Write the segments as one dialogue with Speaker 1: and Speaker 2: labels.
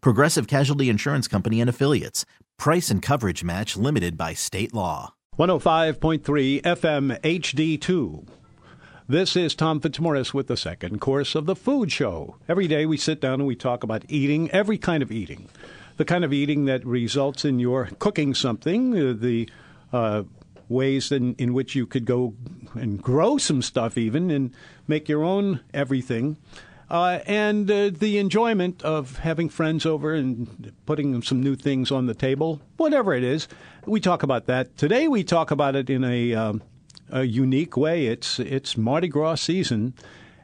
Speaker 1: Progressive Casualty Insurance Company and Affiliates. Price and coverage match limited by state law.
Speaker 2: 105.3 FM HD2. This is Tom Fitzmaurice with the second course of the food show. Every day we sit down and we talk about eating, every kind of eating. The kind of eating that results in your cooking something, uh, the uh, ways in, in which you could go and grow some stuff, even, and make your own everything. Uh, and uh, the enjoyment of having friends over and putting some new things on the table, whatever it is. We talk about that today. We talk about it in a, um, a unique way. It's it's Mardi Gras season,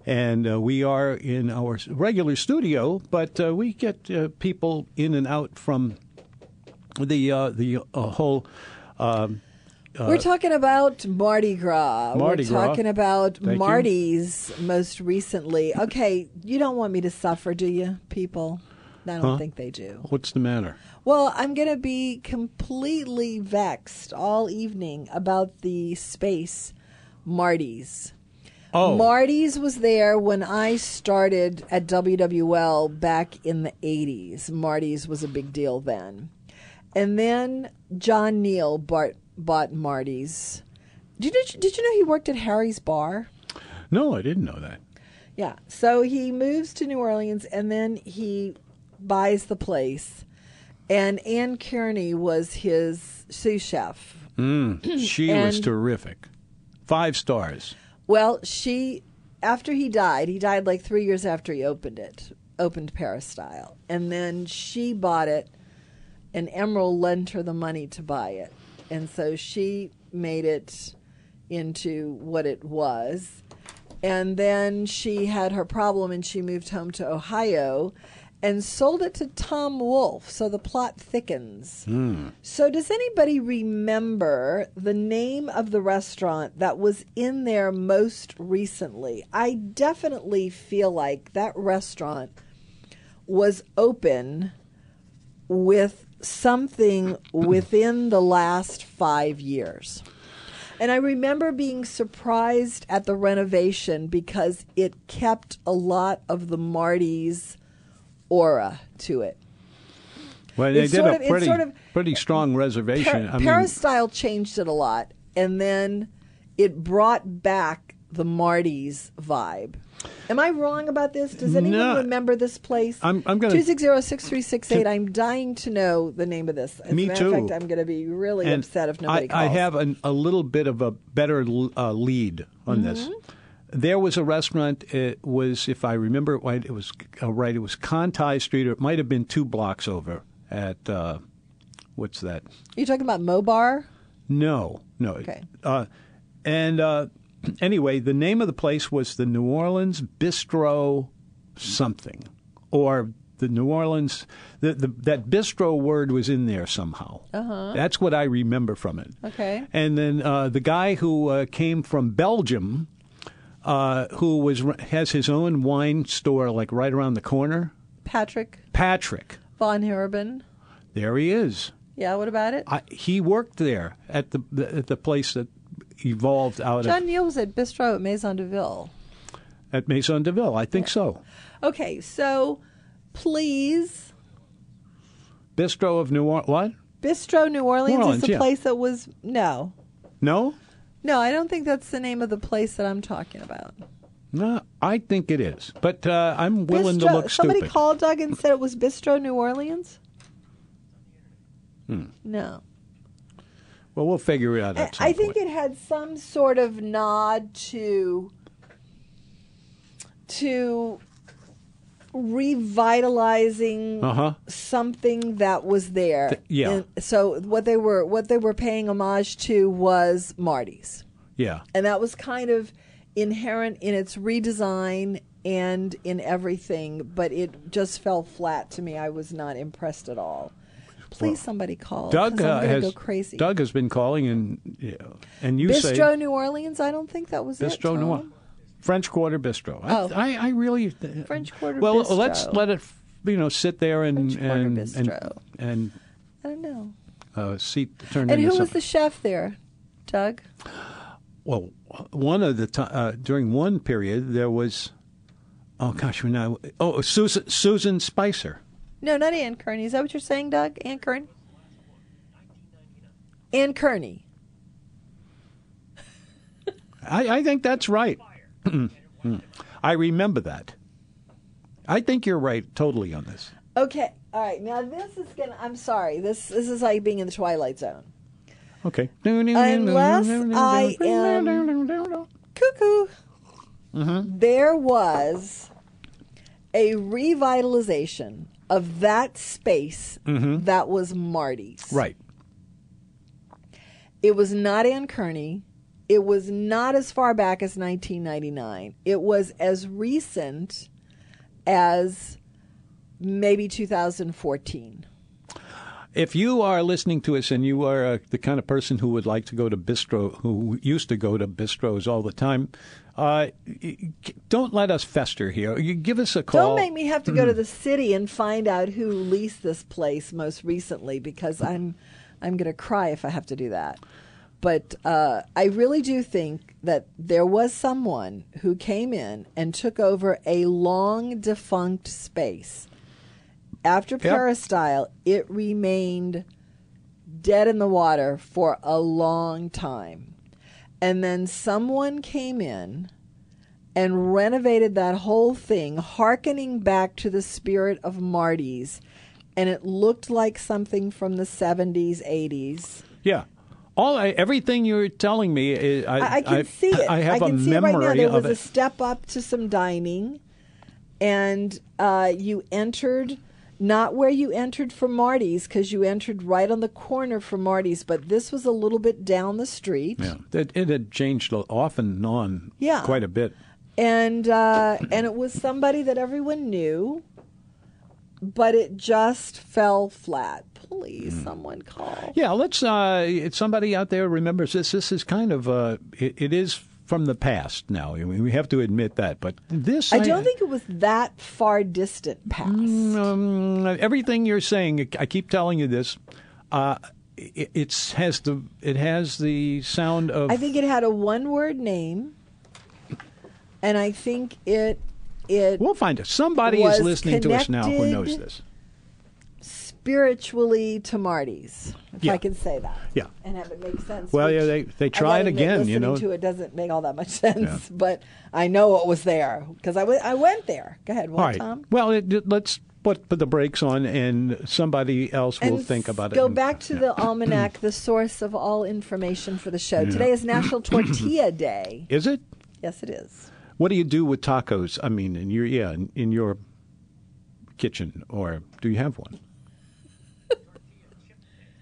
Speaker 2: and uh, we are in our regular studio, but uh, we get uh, people in and out from the uh, the uh, whole. Um,
Speaker 3: We're talking about Mardi Gras.
Speaker 2: Mardi
Speaker 3: We're
Speaker 2: Gras.
Speaker 3: talking about
Speaker 2: Thank you.
Speaker 3: Marty's most recently. Okay, you don't want me to suffer, do you, people? I don't think they do.
Speaker 2: what's the matter?
Speaker 3: Well, I'm going to be completely vexed all evening about the space Marty's.
Speaker 2: Oh,
Speaker 3: Marty's was there when I started at WWL back in the 80s. Marty's was a big deal then. And then John Neal bought, bought Marty's. Did you, did you know he worked at Harry's Bar?
Speaker 2: no, I didn't know that.
Speaker 3: Yeah. So he moves to New Orleans and then he buys the place. And Ann Kearney was his sous chef.
Speaker 2: Hmm. She was
Speaker 3: And-
Speaker 2: terrific. Five stars.
Speaker 3: Well, she after he died, he died like three years after he opened it, opened Peristyle, and then she bought it, and Emerald lent her the money to buy it, and so she made it into what it was, and then she had her problem and she moved home to Ohio. And sold it to Tom Wolfe, so the plot thickens. So, does anybody remember the name of the restaurant that was in there most recently? I definitely feel like that restaurant was open with something within the last five years. And I remember being surprised at the renovation because it kept a lot of the Marty's aura to it.
Speaker 2: Well, they
Speaker 3: It's
Speaker 2: did
Speaker 3: sort
Speaker 2: a
Speaker 3: of- it's
Speaker 2: pretty
Speaker 3: sort of-
Speaker 2: pretty strong reservation.
Speaker 3: Per-
Speaker 2: I mean,
Speaker 3: Peristyle changed it a lot, and then it brought back the Marty's vibe. Am I wrong about this? Does anyone
Speaker 2: No.
Speaker 3: remember this place?
Speaker 2: I'm- I'm gonna-
Speaker 3: two six zero six three six eight. I'm dying to know the name of this. As
Speaker 2: Me
Speaker 3: a matter
Speaker 2: too.
Speaker 3: Of fact, I'm going to be really
Speaker 2: and
Speaker 3: upset if nobody
Speaker 2: I,
Speaker 3: calls.
Speaker 2: I have an, a little bit of a better l- uh, lead on this.
Speaker 3: Mm-hmm.
Speaker 2: There was a restaurant. It was, if I remember it right, it was uh, right. It was Conti Street, or it might have been two blocks over at uh, what's that?
Speaker 3: You're talking about Mobar.
Speaker 2: No, no.
Speaker 3: Okay.
Speaker 2: Uh, and uh, anyway, the name of the place was the New Orleans Bistro something, or the New Orleans. The, the, that bistro word was in there somehow. Uh-huh. That's what I remember from it.
Speaker 3: Okay.
Speaker 2: And then uh, the guy who uh, came from Belgium, uh, who was has his own wine store like right around the corner,
Speaker 3: Patrick
Speaker 2: Patrick.
Speaker 3: von Herben.
Speaker 2: There he is.
Speaker 3: Yeah. What about it?
Speaker 2: I, he worked there at the, the at the place that evolved out
Speaker 3: John
Speaker 2: of
Speaker 3: Neal was at Bistro at Maison de Ville.
Speaker 2: at Maison Deville. I think so.
Speaker 3: Okay, so please
Speaker 2: Bistro of New Orleans. What?
Speaker 3: Bistro New Orleans,
Speaker 2: New
Speaker 3: is
Speaker 2: Orleans,
Speaker 3: the
Speaker 2: yeah.
Speaker 3: place that was no.
Speaker 2: No,
Speaker 3: No, I don't think that's the name of the place that I'm talking about.
Speaker 2: no. I think it is, but uh, I'm willing
Speaker 3: Bistro-
Speaker 2: to look
Speaker 3: somebody
Speaker 2: stupid.
Speaker 3: called Doug and said it was Bistro New Orleans.
Speaker 2: Hmm.
Speaker 3: No.
Speaker 2: Well, we'll figure it out.
Speaker 3: I,
Speaker 2: At some
Speaker 3: I think
Speaker 2: point.
Speaker 3: it had some sort of nod to to revitalizing
Speaker 2: Uh-huh.
Speaker 3: something that was there.
Speaker 2: yeah.
Speaker 3: so what they were what they were paying homage to was Marty's,
Speaker 2: Yeah.
Speaker 3: and that was kind of inherent in its redesign and in everything. But it just fell flat to me. I was not impressed at all. Please, somebody call. Oh, 'cause
Speaker 2: Doug
Speaker 3: I'm
Speaker 2: uh,
Speaker 3: gonna
Speaker 2: has
Speaker 3: go crazy.
Speaker 2: Doug has been calling and yeah, and you say
Speaker 3: Bistro New Orleans. I don't think that was it,
Speaker 2: Bistro Noir.
Speaker 3: Tom.
Speaker 2: French Quarter Bistro.
Speaker 3: Oh.
Speaker 2: I, I, I really th-
Speaker 3: French Quarter
Speaker 2: Well,
Speaker 3: Bistro.
Speaker 2: let's let it you know sit there and
Speaker 3: French Quarter
Speaker 2: and, and
Speaker 3: Bistro.
Speaker 2: and
Speaker 3: I don't know.
Speaker 2: uh, see turn
Speaker 3: And
Speaker 2: into
Speaker 3: who was
Speaker 2: something.
Speaker 3: the chef there? Doug.
Speaker 2: well one of the ti uh, during one period there was oh gosh when I oh Susan Susan Spicer
Speaker 3: No, not Ann Kearney. Is that what you're saying, Doug? Ann Kearney. Ann Kearney.
Speaker 2: I, I think that's right I remember that I think you're right totally on this
Speaker 3: Okay. All right. Now this is gonna. I'm sorry. This this is like being in the twilight zone.
Speaker 2: okay
Speaker 3: Unless I am- Cuckoo.
Speaker 2: Mm-hmm.
Speaker 3: There was a revitalization of that space that was Marty's.
Speaker 2: Mm-hmm. right
Speaker 3: It was not Ann Kearney. It was not as far back as 1999. It was as recent as maybe 2014.
Speaker 2: If you are listening to us and you are uh, the kind of person who would like to go to bistro, who used to go to bistros all the time, uh, y- y- don't let us fester here. You give us a call. Mm-hmm.
Speaker 3: Don't make me have to go to the city and find out who leased this place most recently because I'm I'm going to cry if I have to do that. But uh, I really do think that there was someone who came in and took over a long defunct space. After Peristyle, it remained dead in the water for a long time. And then someone came in and renovated that whole thing, hearkening back to the spirit of Marty's. And it looked like something from the 70s, 80s.
Speaker 2: Yeah. All I, everything you're telling me, is, I,
Speaker 3: I, I can see it.
Speaker 2: I have
Speaker 3: can
Speaker 2: a
Speaker 3: see
Speaker 2: memory
Speaker 3: it right now. There
Speaker 2: of
Speaker 3: was a
Speaker 2: it.
Speaker 3: step up to some dining, and uh, you entered not where you entered from Marty's because you entered right on the corner from Marty's, but this was a little bit down the street.
Speaker 2: yeah. it, it had changed off and on
Speaker 3: Yeah.
Speaker 2: quite a bit.
Speaker 3: and uh, and it was somebody that everyone knew, but it just fell flat. Please, someone call.
Speaker 2: Yeah, let's. Uh, if somebody out there remembers this, this is kind of. Uh, it, it is from the past now. I mean, we have to admit that. But this,
Speaker 3: I don't think it was that far distant past.
Speaker 2: um, everything you're saying, I keep telling you this. Uh, it, it's has the it has the sound of
Speaker 3: I think it had a one-word name, and I think it it
Speaker 2: we'll find it. Somebody is
Speaker 3: was
Speaker 2: listening to us now who knows
Speaker 3: connected-
Speaker 2: this.
Speaker 3: spiritually to Marty's, if
Speaker 2: Yeah.
Speaker 3: I can say that.
Speaker 2: Yeah.
Speaker 3: and have it make sense.
Speaker 2: Well,
Speaker 3: which
Speaker 2: yeah, they- they
Speaker 3: I
Speaker 2: try
Speaker 3: gotta
Speaker 2: it
Speaker 3: admit,
Speaker 2: again, you
Speaker 3: listening
Speaker 2: know.
Speaker 3: to it doesn't make all that much sense, but I know what was there because I went- I went there. Go ahead,
Speaker 2: All
Speaker 3: what,
Speaker 2: right.
Speaker 3: Tom?
Speaker 2: Well, it, it- let's put, put the brakes on, and somebody else will
Speaker 3: And
Speaker 2: think about
Speaker 3: go
Speaker 2: it. and-
Speaker 3: back to the almanac, the source of all information for the show. Today is National Tortilla Day.
Speaker 2: Is it?
Speaker 3: Yes, it is.
Speaker 2: What do you do with tacos? I mean, in your yeah, in, in your kitchen, or do you have one?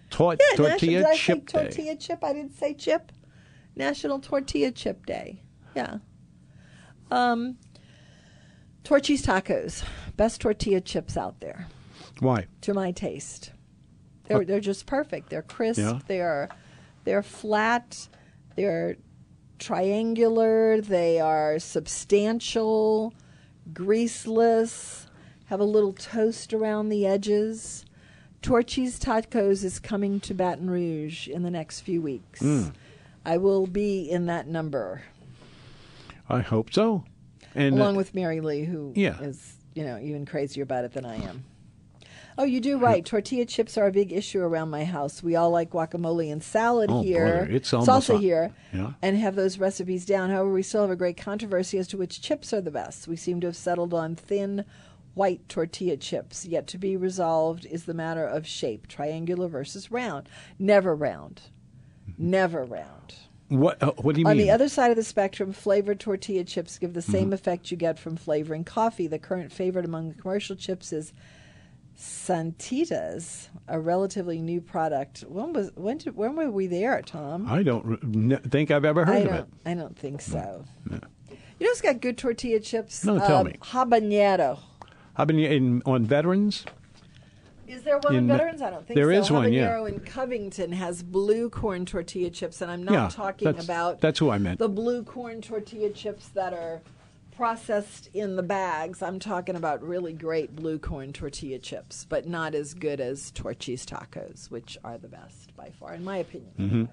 Speaker 2: Tor-
Speaker 3: Yeah,
Speaker 2: tortilla
Speaker 3: national, did
Speaker 2: chip
Speaker 3: I say
Speaker 2: day.
Speaker 3: tortilla chip? I didn't say chip. National Tortilla Chip Day. Yeah. Um, Torchy's Tacos, best tortilla chips out there,
Speaker 2: Why?
Speaker 3: to my taste. They're they're just perfect. They're crisp.
Speaker 2: Yeah.
Speaker 3: They're they're flat. They're triangular. They are substantial, greaseless. Have a little toast around the edges. Torchy's Tacos is coming to Baton Rouge in the next few weeks. I will be in that number
Speaker 2: I hope so. And uh,
Speaker 3: along with Mary Lee, who is
Speaker 2: Yeah.
Speaker 3: you know even crazier about it than I am. Oh, you do right. Tortilla chips are a big issue around my house. We all like guacamole and salad
Speaker 2: Oh,
Speaker 3: here,
Speaker 2: brother, it's almost
Speaker 3: salsa
Speaker 2: on-
Speaker 3: here,
Speaker 2: Yeah.
Speaker 3: and have those recipes down. However, we still have a great controversy as to which chips are the best. We seem to have settled on thin, white tortilla chips. Yet to be resolved is the matter of shape triangular versus round. Never round.
Speaker 2: Mm-hmm.
Speaker 3: Never round.
Speaker 2: What uh, What do you
Speaker 3: On
Speaker 2: mean? Mm-hmm.
Speaker 3: the other side of the spectrum, flavored tortilla chips give the same effect you get from flavoring coffee. The current favorite among the commercial chips is Santitas, a relatively new product. When was when did, when were we there, Tom?
Speaker 2: I don't re- n- think I've ever heard
Speaker 3: I
Speaker 2: of it.
Speaker 3: don't, I don't think so. You know who's got good tortilla chips? Uh,
Speaker 2: No, tell me.
Speaker 3: Habanero.
Speaker 2: I've been in on veterans.
Speaker 3: Is there one in,
Speaker 2: In-
Speaker 3: Veterans? I don't think
Speaker 2: there
Speaker 3: so.
Speaker 2: is one, yeah.
Speaker 3: Habanero in Covington has blue corn tortilla chips, and I'm not
Speaker 2: Yeah,
Speaker 3: talking
Speaker 2: that's-
Speaker 3: about
Speaker 2: that's who I meant.
Speaker 3: the blue corn tortilla chips that are processed in the bags. I'm talking about really great blue corn tortilla chips, but not as good as Torchy's tacos, which are the best by far, in my opinion.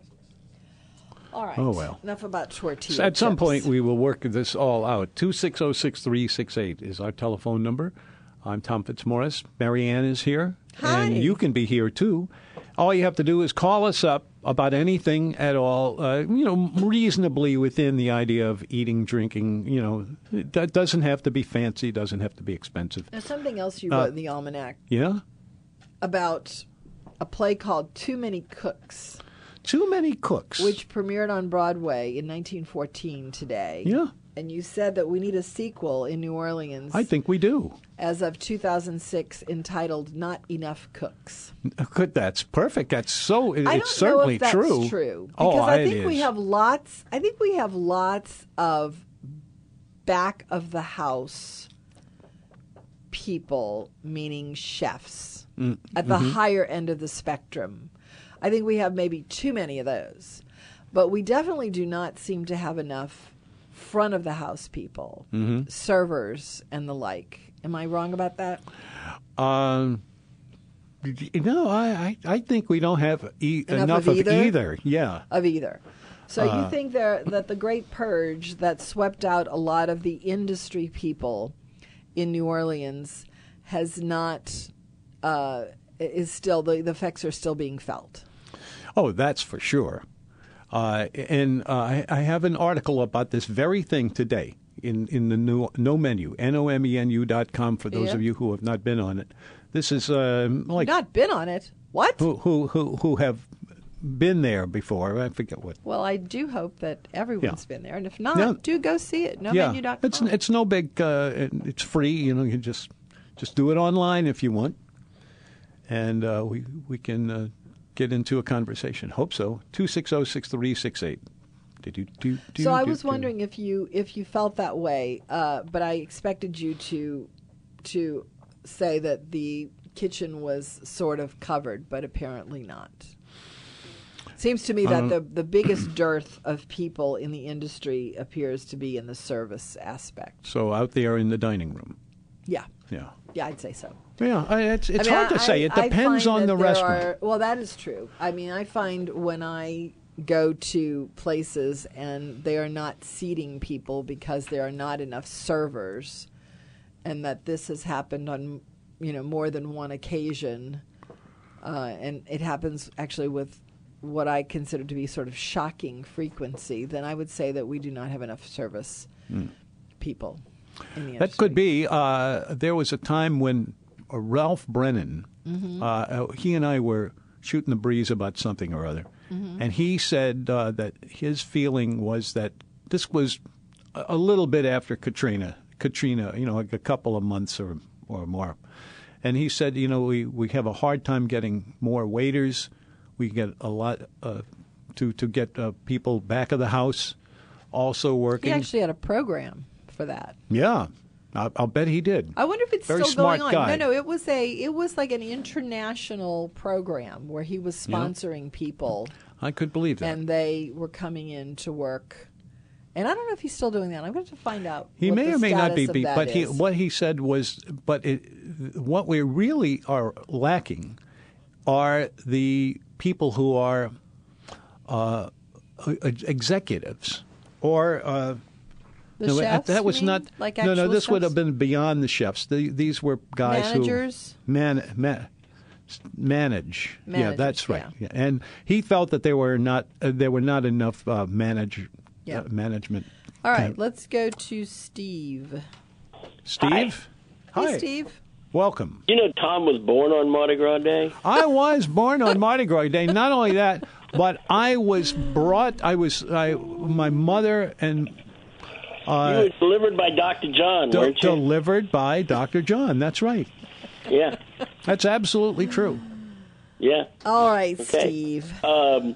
Speaker 3: All right.
Speaker 2: Mm-hmm. Oh, well.
Speaker 3: Enough about tortilla.
Speaker 2: So at some
Speaker 3: chips.
Speaker 2: point, we will work this all out. 260-6368 is our telephone number. I'm Tom Fitzmaurice. Marianne is here.
Speaker 3: Hi.
Speaker 2: And you can be here, too. All you have to do is call us up about anything at all, uh, you know, reasonably within the idea of eating, drinking, you know. It do- doesn't have to be fancy, doesn't have to be expensive.
Speaker 3: There's something else
Speaker 2: Uh,
Speaker 3: you wrote in the almanac
Speaker 2: Yeah?
Speaker 3: about a play called Too Many Cooks.
Speaker 2: Too many cooks.
Speaker 3: which premiered on Broadway in 1914 today.
Speaker 2: Yeah.
Speaker 3: And you said that we need a sequel in New Orleans
Speaker 2: I think we do.
Speaker 3: as of 2006 entitled Not Enough Cooks.
Speaker 2: Good, that's perfect. That's so. It,
Speaker 3: I don't
Speaker 2: it's certainly
Speaker 3: know if that's
Speaker 2: true.
Speaker 3: Because
Speaker 2: oh,
Speaker 3: I
Speaker 2: it
Speaker 3: think we
Speaker 2: is.
Speaker 3: have lots I think we have lots of back of the house people, meaning chefs,
Speaker 2: Mm,
Speaker 3: at the
Speaker 2: mm-hmm.
Speaker 3: higher end of the spectrum. I think we have maybe too many of those. But we definitely do not seem to have enough front of the house people,
Speaker 2: Mm-hmm.
Speaker 3: servers and the like. Am I wrong about that?
Speaker 2: Um, no, I, I, I think we don't have e-
Speaker 3: Enough
Speaker 2: enough,
Speaker 3: of
Speaker 2: of
Speaker 3: either?
Speaker 2: Yeah.
Speaker 3: of either. So
Speaker 2: Uh.
Speaker 3: you think there that the great purge that swept out a lot of the industry people in New Orleans has not uh, is still the, the effects are still being felt.
Speaker 2: Oh, that's for sure. Uh, and uh, I, I have an article about this very thing today in, in the new, No Menu, N-O-M-E-N-U E dot com for those
Speaker 3: Yeah.
Speaker 2: of you who have not been on it. This is um, like
Speaker 3: not been on it. What?
Speaker 2: who, who, who, who have been there before. I forget what.
Speaker 3: Well, I do hope that everyone's
Speaker 2: Yeah.
Speaker 3: been there, and if not,
Speaker 2: No.
Speaker 3: do go see it. No
Speaker 2: yeah,
Speaker 3: menu dot
Speaker 2: it's,
Speaker 3: com.
Speaker 2: it's no big, uh, it's free. You know, you just, just do it online if you want. and uh, we we can uh, get into a conversation. Hope so. Two six zero six three six eight. Did you do? do
Speaker 3: So I
Speaker 2: do,
Speaker 3: was
Speaker 2: do.
Speaker 3: wondering if you if you felt that way, uh, but I expected you to to say that the kitchen was sort of covered, but apparently not. Seems to me that
Speaker 2: Um,
Speaker 3: the the biggest dearth of people in the industry appears to be in the service aspect.
Speaker 2: So out there in the dining room.
Speaker 3: Yeah,
Speaker 2: Yeah.
Speaker 3: yeah, I'd say so.
Speaker 2: Yeah. I, it's it's
Speaker 3: I mean,
Speaker 2: hard to
Speaker 3: I-
Speaker 2: say. It
Speaker 3: I
Speaker 2: depends
Speaker 3: find
Speaker 2: on
Speaker 3: that
Speaker 2: the
Speaker 3: there
Speaker 2: restaurant.
Speaker 3: are- well, that is true. I mean, I find when I go to places and they are not seating people because there are not enough servers, and that this has happened on you know more than one occasion, uh, and it happens actually with what I consider to be sort of shocking frequency. Then I would say that we do not have enough service people. In the
Speaker 2: Hmm. That could be. Uh, there was a time when uh, Ralph Brennan,
Speaker 3: Mm-hmm.
Speaker 2: uh, uh, he and I were shooting the breeze about something or other,
Speaker 3: Mm-hmm.
Speaker 2: and he said uh, that his feeling was that this was a a little bit after Katrina. Katrina, you know, like a couple of months or or more, and he said, you know, we we have a hard time getting more waiters. We get a lot uh, to to get uh, people back of the house, also
Speaker 3: He
Speaker 2: working.
Speaker 3: actually had a program for that.
Speaker 2: Yeah, I, I'll bet he did.
Speaker 3: I wonder if it's
Speaker 2: Very
Speaker 3: still
Speaker 2: smart
Speaker 3: going on.
Speaker 2: guy.
Speaker 3: No, no, it was a it was like an international program where he was sponsoring people
Speaker 2: I could believe that.
Speaker 3: and they were coming in to work. And I don't know if he's still doing that. I'm going to have to find out.
Speaker 2: he
Speaker 3: what
Speaker 2: may
Speaker 3: the
Speaker 2: or may not be,
Speaker 3: status of
Speaker 2: beat,
Speaker 3: that
Speaker 2: but he,
Speaker 3: is.
Speaker 2: what he said was, but it, what we really are lacking are the people who are uh, e- executives or. Uh,
Speaker 3: the
Speaker 2: no, that-
Speaker 3: chefs,
Speaker 2: that
Speaker 3: you
Speaker 2: was
Speaker 3: mean?
Speaker 2: not.
Speaker 3: like
Speaker 2: no, no.
Speaker 3: actual
Speaker 2: This would
Speaker 3: chefs?
Speaker 2: have been beyond the chefs. The, these were guys
Speaker 3: Managers?
Speaker 2: who man, ma- manage. Yeah,
Speaker 3: Managers,
Speaker 2: that's right.
Speaker 3: yeah.
Speaker 2: Yeah, And he felt that there were not uh, there were not enough uh, manage
Speaker 3: Yeah.
Speaker 2: uh, management.
Speaker 3: All right, let's go to Steve.
Speaker 2: Steve. Hi.
Speaker 3: Hey,
Speaker 2: Hi.
Speaker 3: Steve.
Speaker 2: Welcome.
Speaker 4: You know, Tom was born on Mardi Gras Day.
Speaker 2: I was born on Mardi Gras Day. Not only that, but I was brought. I was. I my mother and Uh,
Speaker 4: you were delivered by Dr. John,
Speaker 2: de-
Speaker 4: weren't you?
Speaker 2: delivered by Doctor John. That's right.
Speaker 4: yeah,
Speaker 2: That's absolutely true.
Speaker 4: yeah.
Speaker 3: All right,
Speaker 4: Okay.
Speaker 3: Steve.
Speaker 4: Um,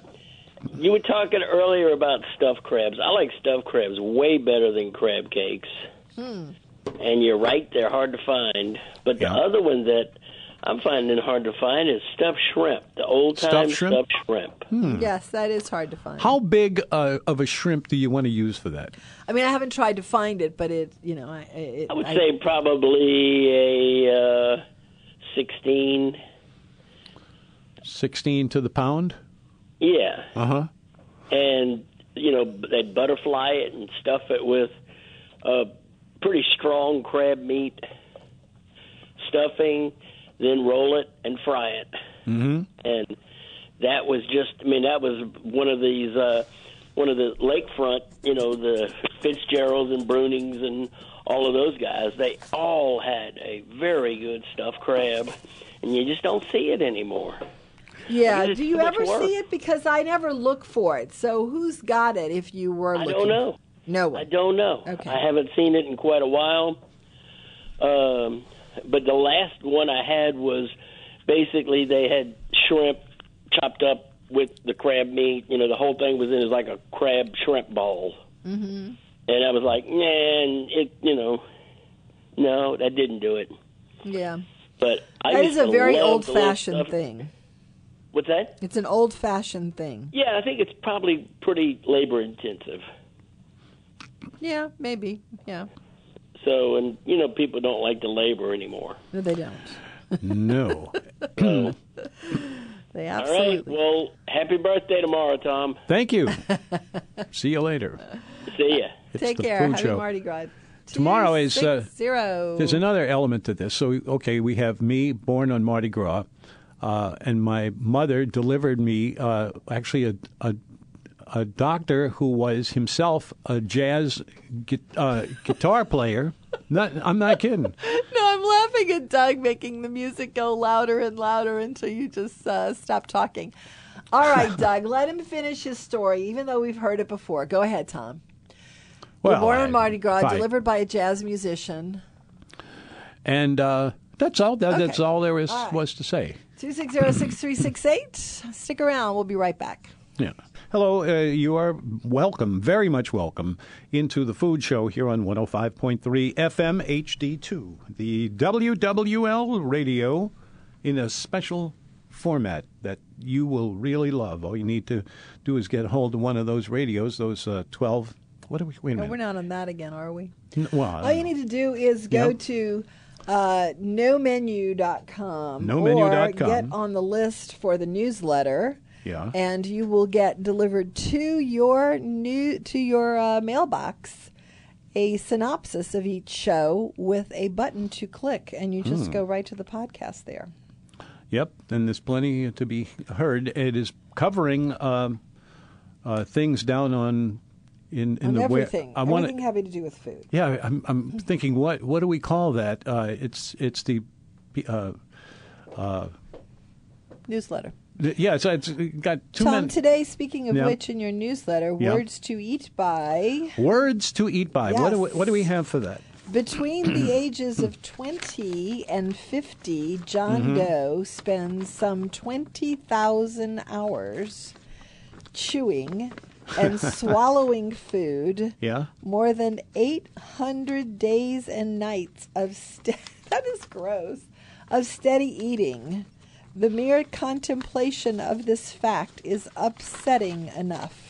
Speaker 4: You were talking earlier about stuffed crabs. I like stuffed crabs way better than crab cakes. And you're right, they're hard to find. But the
Speaker 2: Yeah.
Speaker 4: other one that I'm finding hard to find is stuffed shrimp, the old time
Speaker 2: Stuffed shrimp? Hmm.
Speaker 4: stuffed shrimp.
Speaker 3: yes, that is hard to find.
Speaker 2: How big uh, of a shrimp do you want to use for that?
Speaker 3: I mean, I haven't tried to find it, but it, you know, I, I- it,
Speaker 4: I would say probably a uh, 16.
Speaker 2: Sixteen to the pound.
Speaker 4: Yeah.
Speaker 2: Uh huh.
Speaker 4: and you know they'd butterfly it and stuff it with uh, pretty strong crab meat stuffing, then roll it and fry it. Mm-hmm. And that was just, I mean, that was one of these, uh, one of the lakefront, you know, the Fitzgeralds and Brunings and all of those guys. They all had a very good stuffed crab, and you just don't see it anymore.
Speaker 3: yeah.
Speaker 4: It is
Speaker 3: Do you
Speaker 4: too much
Speaker 3: ever
Speaker 4: work.
Speaker 3: see it? Because I never look for it. So who's got it? If you were
Speaker 4: I
Speaker 3: looking,
Speaker 4: don't know.
Speaker 3: No
Speaker 4: I
Speaker 3: one.
Speaker 4: don't know.
Speaker 3: Okay.
Speaker 4: I haven't seen it in quite a while. Um, but the last one I had was basically they had shrimp chopped up with the crab meat. You know, the whole thing was in is like a crab shrimp ball. hmm
Speaker 3: Mm-hmm.
Speaker 4: And I was like, nah, and it, you know, no, that didn't do it.
Speaker 3: Yeah,
Speaker 4: But I
Speaker 3: that
Speaker 4: used
Speaker 3: is a
Speaker 4: to
Speaker 3: very
Speaker 4: love the little
Speaker 3: old-fashioned
Speaker 4: stuff-
Speaker 3: thing.
Speaker 4: What's that?
Speaker 3: It's an old-fashioned thing.
Speaker 4: Yeah, I think it's probably pretty labor intensive.
Speaker 3: Yeah, maybe. Yeah.
Speaker 4: So, and you know, people don't like the labor anymore.
Speaker 3: No, they don't.
Speaker 2: No.
Speaker 3: They
Speaker 4: All right.
Speaker 3: absolutely.
Speaker 4: Well, happy birthday tomorrow, Tom.
Speaker 2: Thank you. See you later.
Speaker 4: See ya.
Speaker 3: Take
Speaker 2: the
Speaker 3: care.
Speaker 2: food
Speaker 3: Happy
Speaker 2: show.
Speaker 3: Mardi Gras.
Speaker 2: Tomorrow is, uh,
Speaker 3: Two, six, zero.
Speaker 2: There's another element to this. So, okay, we have me born on Mardi Gras, uh, and my mother delivered me uh, actually a, a a doctor who was himself a jazz gui- uh, guitar player. Not, I'm not kidding.
Speaker 3: no, I'm laughing at Doug making the music go louder and louder until you just uh, stop talking. All right, Doug, let him finish his story, even though we've heard it before. Go ahead, Tom.
Speaker 2: Well,
Speaker 3: born
Speaker 2: I-
Speaker 3: on Mardi Gras,
Speaker 2: fine.
Speaker 3: delivered by a jazz musician.
Speaker 2: and uh, that's all. That, That's
Speaker 3: Okay.
Speaker 2: all there is
Speaker 3: All right.
Speaker 2: was to say.
Speaker 3: 2606368. Stick around. We'll be right back.
Speaker 2: Yeah. Hello, uh, you are welcome, very much welcome, into the food show here on 105.3 FM HD2, the WWL radio in a special format that you will really love. All you need to do is get hold of one of those radios, those uh, 12. What are we? Wait a
Speaker 3: No,
Speaker 2: minute.
Speaker 3: Oh, we're not on that again, are we?
Speaker 2: N- well, I
Speaker 3: All you
Speaker 2: don't know.
Speaker 3: need to do is go
Speaker 2: Uh, Yep.
Speaker 3: to uh, nomenu.com or
Speaker 2: nomenu.com.
Speaker 3: get on the list for the newsletter.
Speaker 2: Yeah.
Speaker 3: And you will get delivered to your new to your uh, mailbox a synopsis of each show with a button to click and you
Speaker 2: Hmm.
Speaker 3: just go right to the podcast there.
Speaker 2: Yep, and there's plenty to be heard. It is covering um uh, things down on in in
Speaker 3: And
Speaker 2: the
Speaker 3: everything.
Speaker 2: way. I want
Speaker 3: everything having to do with food.
Speaker 2: Yeah, I'm, I'm thinking what what do we call that? Uh, it's it's the uh,
Speaker 3: Newsletter.
Speaker 2: th- yeah, it's, it's got two
Speaker 3: Tom,
Speaker 2: men-
Speaker 3: today, speaking of
Speaker 2: Yeah.
Speaker 3: which, in your newsletter,
Speaker 2: Yeah.
Speaker 3: words to eat by
Speaker 2: words to eat by. What do we,
Speaker 3: Yes.
Speaker 2: what do we have for that?
Speaker 3: Between the ages of 20 and 50, John Doe spends some 20,000 hours chewing and swallowing food.
Speaker 2: Yeah.
Speaker 3: More than 800 days and nights of ste- that is gross of steady eating. The mere contemplation of this fact is upsetting enough.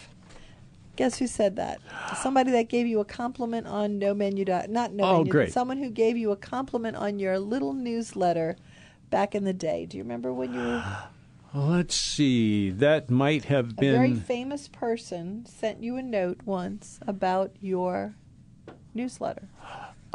Speaker 3: Guess who said that? Somebody that gave you a compliment on no menu dot not no
Speaker 2: Oh,
Speaker 3: menu.
Speaker 2: great.
Speaker 3: Someone who gave you a compliment on your little newsletter back in the day. Do you remember when you were
Speaker 2: Let's see. That might have
Speaker 3: a very
Speaker 2: been
Speaker 3: famous person sent you a note once about your newsletter?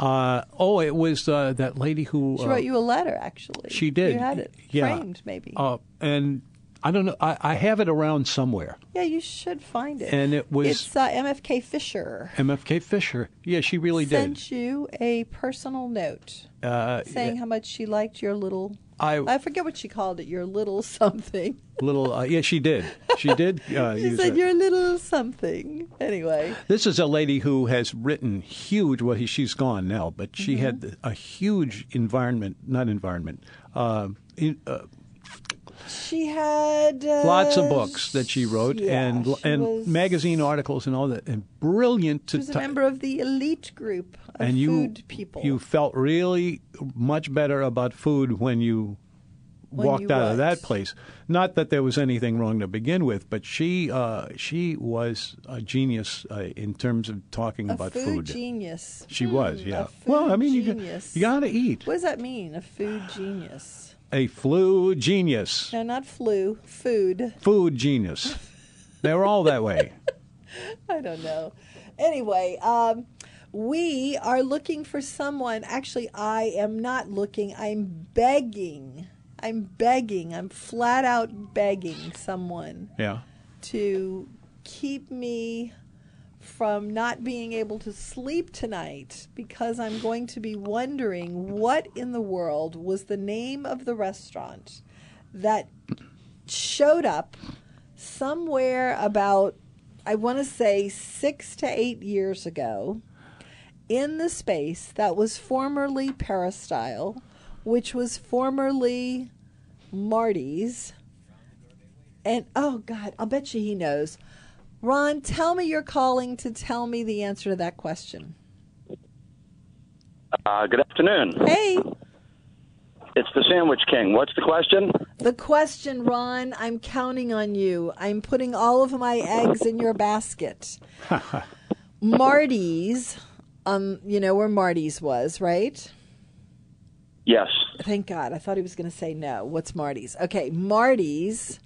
Speaker 2: uh, oh, it was uh, that lady who
Speaker 3: She
Speaker 2: uh,
Speaker 3: wrote you a letter, actually.
Speaker 2: she did.
Speaker 3: You had it
Speaker 2: Yeah.
Speaker 3: framed, maybe.
Speaker 2: uh, and I don't know. I, I have it around somewhere.
Speaker 3: Yeah, you should find it.
Speaker 2: And it was-
Speaker 3: It's uh, MFK Fisher.
Speaker 2: MFK Fisher. Yeah, she really did.
Speaker 3: sent you a personal note
Speaker 2: Uh,
Speaker 3: saying how much she liked your little.
Speaker 2: I-
Speaker 3: I forget what she called it. Your little something.
Speaker 2: little. Uh, yeah, she did. She did. Uh,
Speaker 3: She
Speaker 2: use
Speaker 3: said
Speaker 2: that.
Speaker 3: your little something. Anyway,
Speaker 2: This is a lady who has written huge. Well, he, she's gone now, but she
Speaker 3: Mm-hmm.
Speaker 2: had a huge environment, not environment, uh, in, uh,
Speaker 3: she had uh,
Speaker 2: lots of books that she wrote
Speaker 3: yeah,
Speaker 2: and
Speaker 3: she
Speaker 2: and
Speaker 3: was-
Speaker 2: magazine articles and all that, and brilliant to
Speaker 3: She was a
Speaker 2: ti-
Speaker 3: member of the elite group of
Speaker 2: and you
Speaker 3: food people.
Speaker 2: you felt really much better about food when you
Speaker 3: When
Speaker 2: walked
Speaker 3: you
Speaker 2: out of
Speaker 3: what?
Speaker 2: that place. Not that there was anything wrong to begin with, but she uh, she was a genius uh, in terms of talking
Speaker 3: a
Speaker 2: about
Speaker 3: food,
Speaker 2: food.
Speaker 3: genius.
Speaker 2: She was, yeah.
Speaker 3: Hmm, food
Speaker 2: Well, I mean, you, g-
Speaker 3: genius.
Speaker 2: you got to eat.
Speaker 3: What does that mean? A food genius?
Speaker 2: A flu genius,
Speaker 3: No, not flu. Food.
Speaker 2: food genius. they were all that way.
Speaker 3: I don't know. Anyway, um, we are looking for someone. Actually, I am not looking. I'm begging. I'm begging. I'm flat out begging someone
Speaker 2: Yeah.
Speaker 3: to keep me from not being able to sleep tonight because I'm going to be wondering what in the world was the name of the restaurant that showed up somewhere about, I want to say, six to eight years ago in the space that was formerly Peristyle, which was formerly Marty's. And oh God, I'll bet you he knows. Ron, tell me you're calling to tell me the answer to that question.
Speaker 4: Uh, good afternoon.
Speaker 3: Hey,
Speaker 4: It's the Sandwich King. What's the question?
Speaker 3: the question, Ron, I'm counting on you. I'm putting all of my eggs in your basket. Marty's, um, you know where Marty's was, right?
Speaker 4: Yes.
Speaker 3: Thank God. I thought he was going to say no. What's Marty's? Okay, Marty's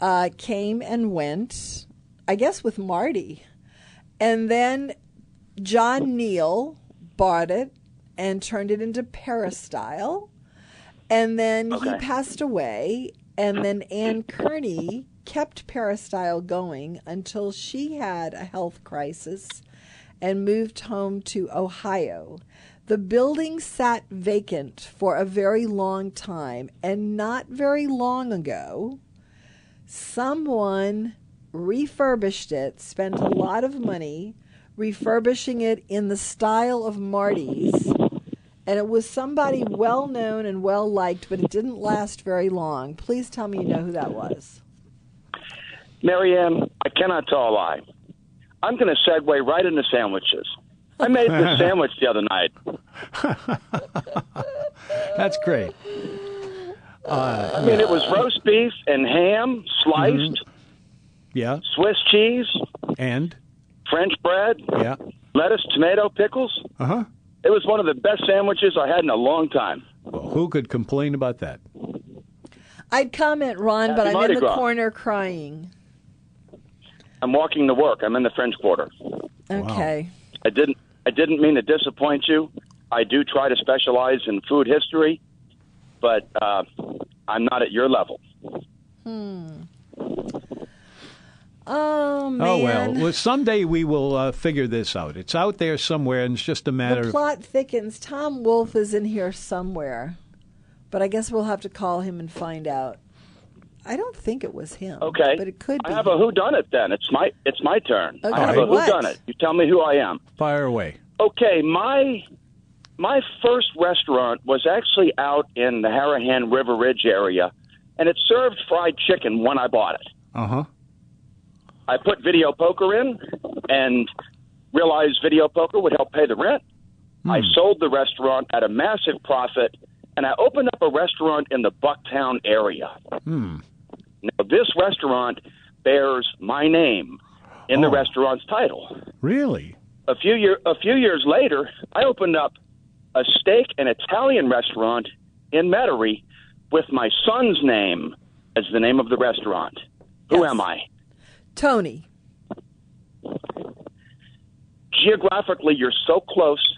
Speaker 3: uh, came and went, I guess, with Marty. And then John Neal bought it and turned it into Peristyle. And then he
Speaker 4: Okay.
Speaker 3: passed away. And then Anne Kearney kept Peristyle going until she had a health crisis and moved home to Ohio. The building sat vacant for a very long time, and not very long ago, someone refurbished it, spent a lot of money refurbishing it in the style of Marty's. And it was somebody well known and well liked, but it didn't last very long. Please tell me you know who that was.
Speaker 4: Marianne, I cannot tell a lie. I'm going to segue right into sandwiches. I made this sandwich the other night.
Speaker 2: That's great.
Speaker 4: I mean, it was roast beef and ham, sliced,
Speaker 2: Yeah.
Speaker 4: Swiss cheese,
Speaker 2: And
Speaker 4: French bread,
Speaker 2: yeah.
Speaker 4: lettuce, tomato, pickles.
Speaker 2: Uh huh.
Speaker 4: It was one of the best sandwiches I had in a long time.
Speaker 2: Well, who could complain about that?
Speaker 3: I'd comment, Ron, but
Speaker 4: Happy
Speaker 3: I'm
Speaker 4: Uh, Mardi
Speaker 3: in the
Speaker 4: Gras.
Speaker 3: corner crying.
Speaker 4: I'm walking to work. I'm in the French Quarter.
Speaker 3: Okay.
Speaker 4: I didn't. I didn't mean to disappoint you. I do try to specialize in food history, but uh, I'm not at your level.
Speaker 3: Oh, man.
Speaker 2: Oh well. well, someday we will uh, figure this out. It's out there somewhere, and it's just a matter
Speaker 3: The plot thickens. Tom Wolfe is in here somewhere, but I guess we'll have to call him and find out. I don't think it was him.
Speaker 4: Okay,
Speaker 3: but it could be.
Speaker 4: I have a who done it then. It's my it's my turn.
Speaker 3: Okay,
Speaker 4: I have a who
Speaker 3: what?
Speaker 4: done it. You tell me who I am.
Speaker 2: of fire away.
Speaker 4: Okay, my my first restaurant was actually out in the Harahan River Ridge area, and it served fried chicken when I bought it.
Speaker 2: Uh huh.
Speaker 4: I put video poker in and realized video poker would help pay the rent. I sold the restaurant at a massive profit and I opened up a restaurant in the Bucktown area. Now, this restaurant bears my name in the restaurant's title.
Speaker 2: Really?
Speaker 4: A few, year, a few years later, I opened up a steak and Italian restaurant in Metairie with my son's name as the name of the restaurant. Who
Speaker 3: Yes.
Speaker 4: am I?
Speaker 3: Tony.
Speaker 4: geographically you're so close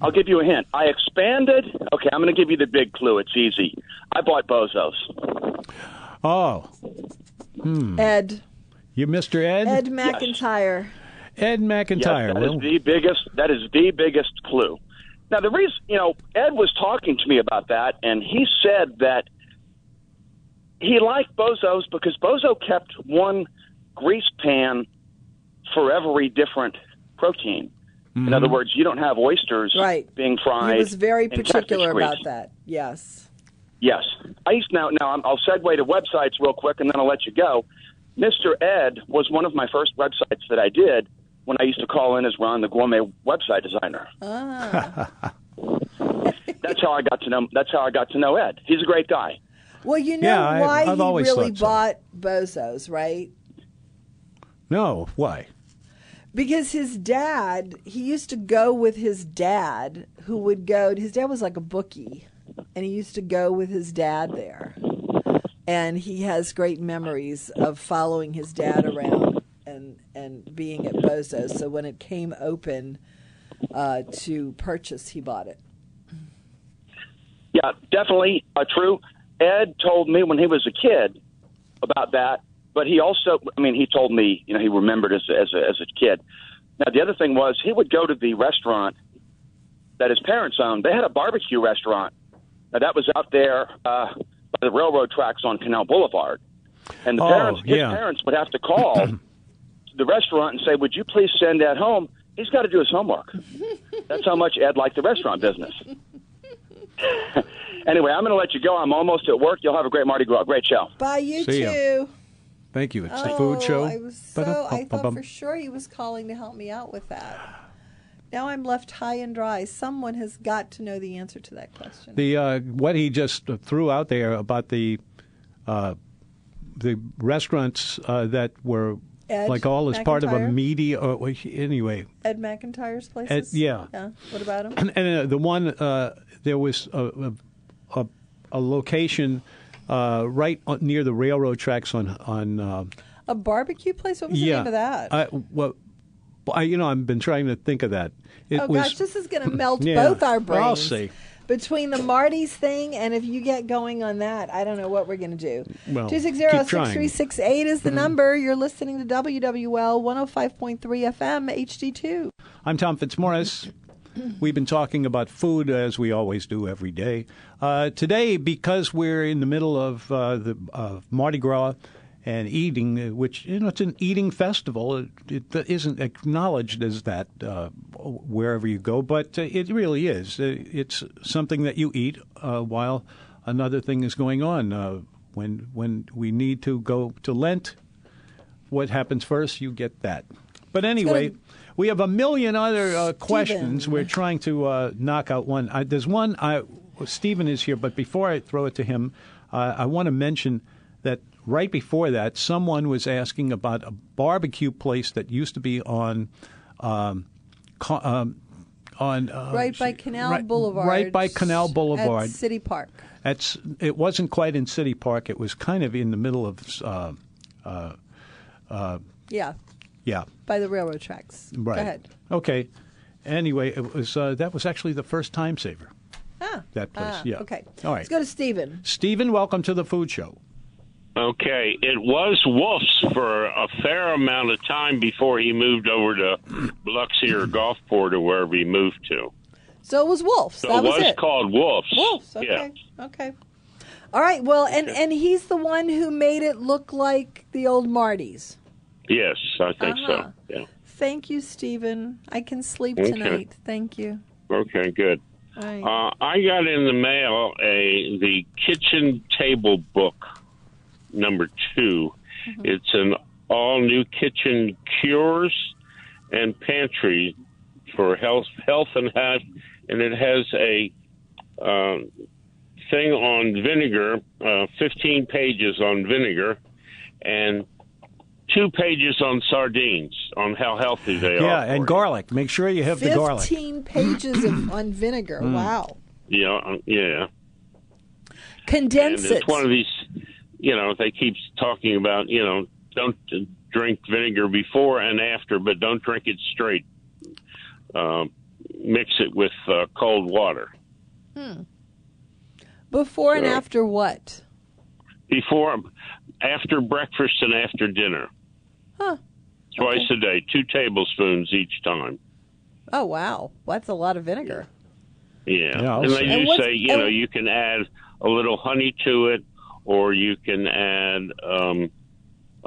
Speaker 4: I'll give you a hint. I expanded. Okay, I'm going to give you the big clue. It's easy. I bought Bozos.
Speaker 2: Oh, Hmm.
Speaker 3: Ed.
Speaker 2: you, Mr. Ed?
Speaker 3: Ed McIntyre.
Speaker 2: Ed
Speaker 4: Yes,
Speaker 2: McIntyre.
Speaker 4: that
Speaker 2: Well,
Speaker 4: is the biggest. That is the biggest clue. Now the reason, you know, Ed was talking to me about that, and he said that he liked Bozo's because Bozo kept one grease pan for every different protein. In other words, you don't have oysters
Speaker 3: Right.
Speaker 4: being fried.
Speaker 3: He was very
Speaker 4: in Texas
Speaker 3: particular
Speaker 4: grease.
Speaker 3: about that. Yes.
Speaker 4: Yes. I used now. Now I'm- I'll segue to websites real quick, and then I'll let you go. Mr. Ed was one of my first websites that I did when I used to call in as Ron the Gourmet website designer. that's how I got to know. That's how I got to know Ed. He's a great guy.
Speaker 3: Well, you know
Speaker 2: Yeah, I-
Speaker 3: why
Speaker 2: I've
Speaker 3: he
Speaker 2: always
Speaker 3: really
Speaker 2: thought so.
Speaker 3: bought Bozos, right?
Speaker 2: no, why?
Speaker 3: Because his dad, he used to go with his dad, who would go. His dad was like a bookie, and he used to go with his dad there. And he has great memories of following his dad around and and being at Bozo's. So when it came open uh, to purchase, he bought it.
Speaker 4: Yeah, definitely uh, true. Ed told me when he was a kid about that, but he also, I mean, he told me, you know, he remembered as a, as a, as a kid. Now, the other thing was he would go to the restaurant that his parents owned. They had a barbecue restaurant. Now, that was out there uh, by the railroad tracks on Canal Boulevard. And the
Speaker 2: Oh,
Speaker 4: parents, his
Speaker 2: yeah.
Speaker 4: parents would have to call the restaurant and say, would you please send Ed home? He's got to do his homework. That's how much Ed liked the restaurant business. Anyway, I'm going to let you go. I'm almost at work. You'll have a great Mardi Gras. Great show.
Speaker 3: By you
Speaker 2: See ya.
Speaker 3: too.
Speaker 2: Thank you. It's
Speaker 3: oh,
Speaker 2: the food show.
Speaker 3: I was so I thought for sure he was calling to help me out with that. Now I'm left high and dry. Someone has got to know the answer to that question.
Speaker 2: The uh, what he just threw out there about the uh, the restaurants uh, that were
Speaker 3: Ed
Speaker 2: like all as part of a
Speaker 3: McIntyre?
Speaker 2: media. Or, well, he- anyway,
Speaker 3: Ed McIntyre's places.
Speaker 2: yeah.
Speaker 3: Yeah. What about him?
Speaker 2: and, and uh, the one uh, there was a a, a, a location uh, right on, near the railroad tracks on on. Uh,
Speaker 3: A barbecue place. What was the name of that?
Speaker 2: I, well, I, you know, I've been trying to think of that. It
Speaker 3: oh
Speaker 2: was,
Speaker 3: gosh, this is going to melt
Speaker 2: Yeah.
Speaker 3: both our brains.
Speaker 2: I'll see.
Speaker 3: Between the Marty's thing and if you get going on that, I don't know what we're going to do.
Speaker 2: Well,
Speaker 3: Two
Speaker 2: keep
Speaker 3: six zero six
Speaker 2: trying. Mm-hmm.
Speaker 3: three six eight is the number. You're listening to WWL 105.3 FM HD2.
Speaker 2: I'm Tom Fitzmaurice. We've been talking about food as we always do every day. Uh, today, because we're in the middle of uh, the of Mardi Gras and eating, uh, which you know it's an eating festival. It, it isn't acknowledged as that uh, wherever you go, but uh, it really is. Uh, It's something that you eat uh, while another thing is going on. Uh, when when we need to go to Lent, what happens first, you get that. But anyway, we have a million other uh, questions. We're trying to uh, knock out one. I, there's one. I Stephen is here, but before I throw it to him, uh, I want to mention that right before that, someone was asking about a barbecue place that used to be on. Um, co- um, on uh,
Speaker 3: right by Canal
Speaker 2: right-
Speaker 3: Boulevard.
Speaker 2: right by Canal Boulevard.
Speaker 3: At City Park.
Speaker 2: That's it wasn't quite in City Park. It was kind of in the middle of, uh,
Speaker 3: Yeah,
Speaker 2: yeah,
Speaker 3: by the railroad tracks.
Speaker 2: Right.
Speaker 3: Go ahead.
Speaker 2: Okay. Anyway, it was uh, that was actually the first time saver.
Speaker 3: Ah,
Speaker 2: That place,
Speaker 3: ah,
Speaker 2: yeah.
Speaker 3: Okay.
Speaker 2: All right.
Speaker 3: Let's go to Stephen.
Speaker 2: Stephen, welcome to the food show.
Speaker 5: Okay, it was Wolf's for a fair amount of time before he moved over to Biloxi or Gulfport or wherever he moved to.
Speaker 3: So it was Wolf's.
Speaker 5: So
Speaker 3: that
Speaker 5: it was,
Speaker 3: was, it.
Speaker 5: called Wolf's.
Speaker 3: Wolf's.
Speaker 5: Yeah.
Speaker 3: Okay. Okay. All right. Well, and and he's the one who made it look like the old Marty's.
Speaker 5: Yes, I think
Speaker 3: Uh-huh.
Speaker 5: so. Yeah.
Speaker 3: Thank you, Stephen. I can sleep
Speaker 5: Okay.
Speaker 3: tonight. Thank you.
Speaker 5: Okay, good.
Speaker 3: All right.
Speaker 5: Uh, I got in the mail a the kitchen table book number 2
Speaker 2: Mm-hmm.
Speaker 5: It's an all new kitchen cures and pantry for health, health and health, and it has a um, thing on vinegar, uh, 15 pages on vinegar, and two pages on sardines on how healthy they are.
Speaker 2: yeah, and
Speaker 5: for you.
Speaker 2: garlic. Make sure you have the garlic. Mm.
Speaker 3: Fifteen pages of on vinegar. Wow.
Speaker 5: Yeah, uh, yeah.
Speaker 3: Condense
Speaker 5: and
Speaker 3: it.
Speaker 5: it's one of these you know they keep talking about you know don't drink vinegar before and after but don't drink it straight um, mix it with uh, cold water.
Speaker 3: Before and after what?
Speaker 5: before, after breakfast, and after dinner.
Speaker 3: Huh.
Speaker 5: Twice a day, two tablespoons each time.
Speaker 3: Oh wow, that's a lot of vinegar.
Speaker 5: Yeah,
Speaker 2: Yeah, I'll
Speaker 5: and they
Speaker 2: say.
Speaker 3: And
Speaker 5: do
Speaker 3: what's-
Speaker 5: say you
Speaker 3: and-
Speaker 5: know you can add a little honey to it, or you can add um,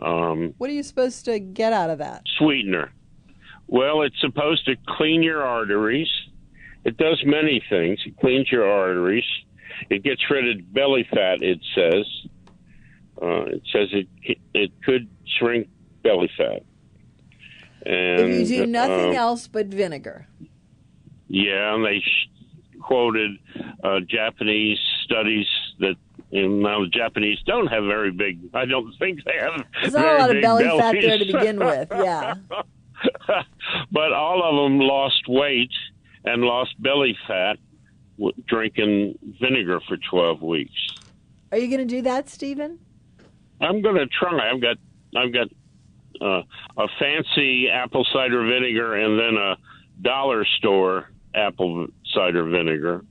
Speaker 5: um,
Speaker 3: What are you supposed to get out of that?
Speaker 5: sweetener. Well, it's supposed to clean your arteries. It does many things. It cleans your arteries. It gets rid of belly fat. It says. Uh, it says it it could shrink belly fat. And
Speaker 3: if you do nothing
Speaker 5: um,
Speaker 3: else but vinegar.
Speaker 5: yeah, and they sh- quoted uh, Japanese studies that you know, now the Japanese don't have very big. I don't think they have.
Speaker 3: There's
Speaker 5: very
Speaker 3: not a lot of
Speaker 5: big
Speaker 3: belly fat there to
Speaker 5: bellies.
Speaker 3: begin with. Yeah.
Speaker 5: but all of them lost weight and lost belly fat w- drinking vinegar for 12 weeks.
Speaker 3: Are you going to do that, Stephen?
Speaker 5: I'm going to try. I've got I've got uh, a fancy apple cider vinegar and then a dollar store apple cider vinegar.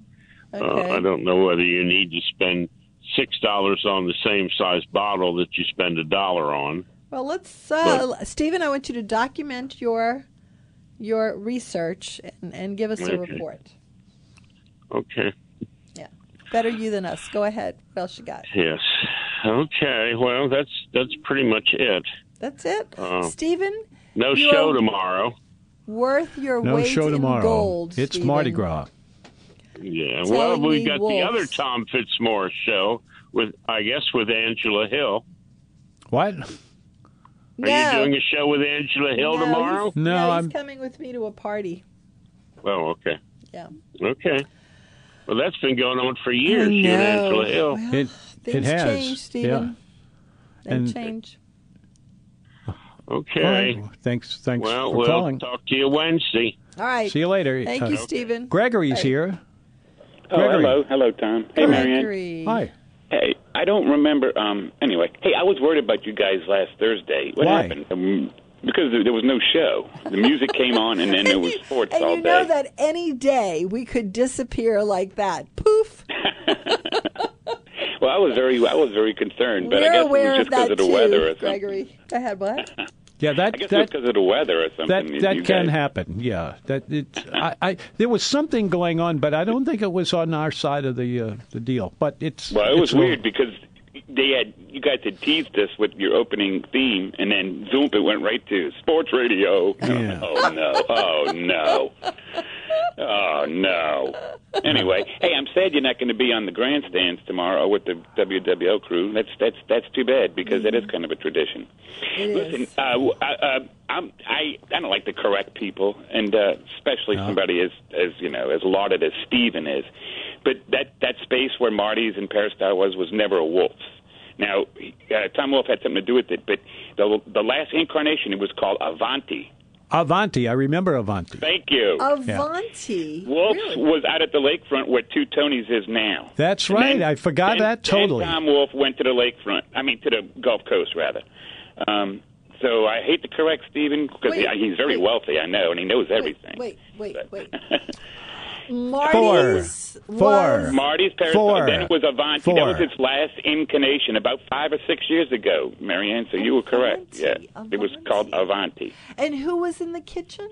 Speaker 3: Okay.
Speaker 5: Uh, I don't know whether you need to spend six dollars on the same size bottle that you spend a dollar on.
Speaker 3: Well, let's, uh, Stephen. I want you to document your your research and, and give us a
Speaker 5: Okay.
Speaker 3: report.
Speaker 5: Okay.
Speaker 3: Yeah, better you than us. Go ahead. What else you got?
Speaker 5: Yes. Okay. Well, that's that's pretty much it.
Speaker 3: That's it,
Speaker 5: Uh,
Speaker 3: Stephen.
Speaker 5: No
Speaker 3: You
Speaker 5: show
Speaker 3: are-
Speaker 5: tomorrow.
Speaker 3: Worth your
Speaker 2: No
Speaker 3: weight
Speaker 2: show
Speaker 3: in
Speaker 2: tomorrow.
Speaker 3: gold.
Speaker 2: it's
Speaker 3: Stephen.
Speaker 2: Mardi Gras.
Speaker 5: Yeah.
Speaker 3: Telling
Speaker 5: Well,
Speaker 3: me
Speaker 5: we've got the
Speaker 3: wolves.
Speaker 5: other Tom Fitzmore show with, I guess, with Angela Hill.
Speaker 2: What?
Speaker 3: No.
Speaker 5: Are you doing a show with Angela Hill
Speaker 3: No,
Speaker 5: tomorrow?
Speaker 3: he's-
Speaker 2: No,
Speaker 3: he's
Speaker 2: I'm-
Speaker 3: coming with me to a party.
Speaker 5: Well, okay.
Speaker 3: Yeah.
Speaker 5: Okay. Well, that's been going on for years, you and
Speaker 3: know.
Speaker 5: Angela Hill.
Speaker 3: Well,
Speaker 2: It
Speaker 3: things
Speaker 2: it has.
Speaker 3: change, Stephen. They
Speaker 2: And-
Speaker 3: change.
Speaker 5: Okay.
Speaker 2: Yeah. All right. Thanks. Thanks
Speaker 5: Well,
Speaker 2: for
Speaker 5: we'll
Speaker 2: calling.
Speaker 5: talk to you Wednesday.
Speaker 3: All right.
Speaker 2: See you later.
Speaker 3: Thank
Speaker 2: Uh,
Speaker 3: you, Stephen.
Speaker 2: Gregory's
Speaker 3: Hey.
Speaker 2: here.
Speaker 6: Oh,
Speaker 2: Gregory.
Speaker 6: hello, hello, Tom. Hey, Marianne.
Speaker 3: Gregory.
Speaker 2: Hi.
Speaker 6: Hey, I don't remember. Um, anyway, hey, I was worried about you guys last Thursday. What
Speaker 2: Why?
Speaker 6: happened? Um, because there there was no show. The music came on, and then there was sports
Speaker 3: and
Speaker 6: all
Speaker 3: you
Speaker 6: day.
Speaker 3: know that any day we could disappear like that. Poof.
Speaker 6: Well, I was very, I was very concerned, but I
Speaker 3: We're
Speaker 6: guess it
Speaker 3: aware
Speaker 6: was
Speaker 3: of
Speaker 6: just because
Speaker 3: that
Speaker 6: of the
Speaker 3: too,
Speaker 6: weather or something.
Speaker 3: Gregory. Go ahead. What?
Speaker 2: Yeah,
Speaker 6: I
Speaker 2: that
Speaker 6: guess it was
Speaker 2: that
Speaker 6: because of the weather or
Speaker 2: that
Speaker 6: something. You-
Speaker 2: that
Speaker 6: you
Speaker 2: can
Speaker 6: guys-
Speaker 2: happen. Yeah, that it. I, I there was something going on, but I don't think it was on our side of the uh, the deal. But it's
Speaker 6: Well, it
Speaker 2: it's
Speaker 6: was weird because they had you guys had teased us with your opening theme, and then zoom, it went right to sports radio.
Speaker 2: Yeah.
Speaker 6: Oh no! Oh no! Oh no! Anyway, hey, I'm sad you're not going to be on the grandstands tomorrow with the WWL crew. That's that's that's too bad because that is kind of a tradition.
Speaker 3: It is.
Speaker 6: Listen, uh, w- uh, uh, I'm, I I don't like to correct people, and uh, especially somebody as as you know as lauded as Steven is. But that that space where Marty's and Peristyle was was never a Wolf's. Now uh, Tom Wolf had something to do with it, but the the last incarnation it was called Avanti.
Speaker 2: Avanti. I remember Avanti.
Speaker 6: Thank you.
Speaker 3: Oh, Avanti.
Speaker 6: Wolf's
Speaker 3: Really?
Speaker 6: was out at the lakefront where Two Tonys is now.
Speaker 2: That's
Speaker 6: And
Speaker 2: right.
Speaker 6: then-
Speaker 2: I forgot
Speaker 6: then-
Speaker 2: that
Speaker 6: then
Speaker 2: totally.
Speaker 6: Tom Wolf went to the lakefront. I mean, to the Gulf Coast rather. Um, so I hate to correct Stephen because
Speaker 3: Wait,
Speaker 6: he's very
Speaker 3: wait.
Speaker 6: wealthy. I know, and he knows everything.
Speaker 3: Wait, wait, wait.
Speaker 6: But-
Speaker 3: Marty's
Speaker 2: Four.
Speaker 3: was-
Speaker 2: Four.
Speaker 6: Marty's parents.
Speaker 2: Four.
Speaker 6: Then it was Avanti.
Speaker 2: Four.
Speaker 6: That was his last incarnation about five or six years ago, Marianne. So you were correct.
Speaker 3: Avanti,
Speaker 6: Yeah, it was called
Speaker 3: Avanti.
Speaker 6: Avanti.
Speaker 3: And who was in the kitchen?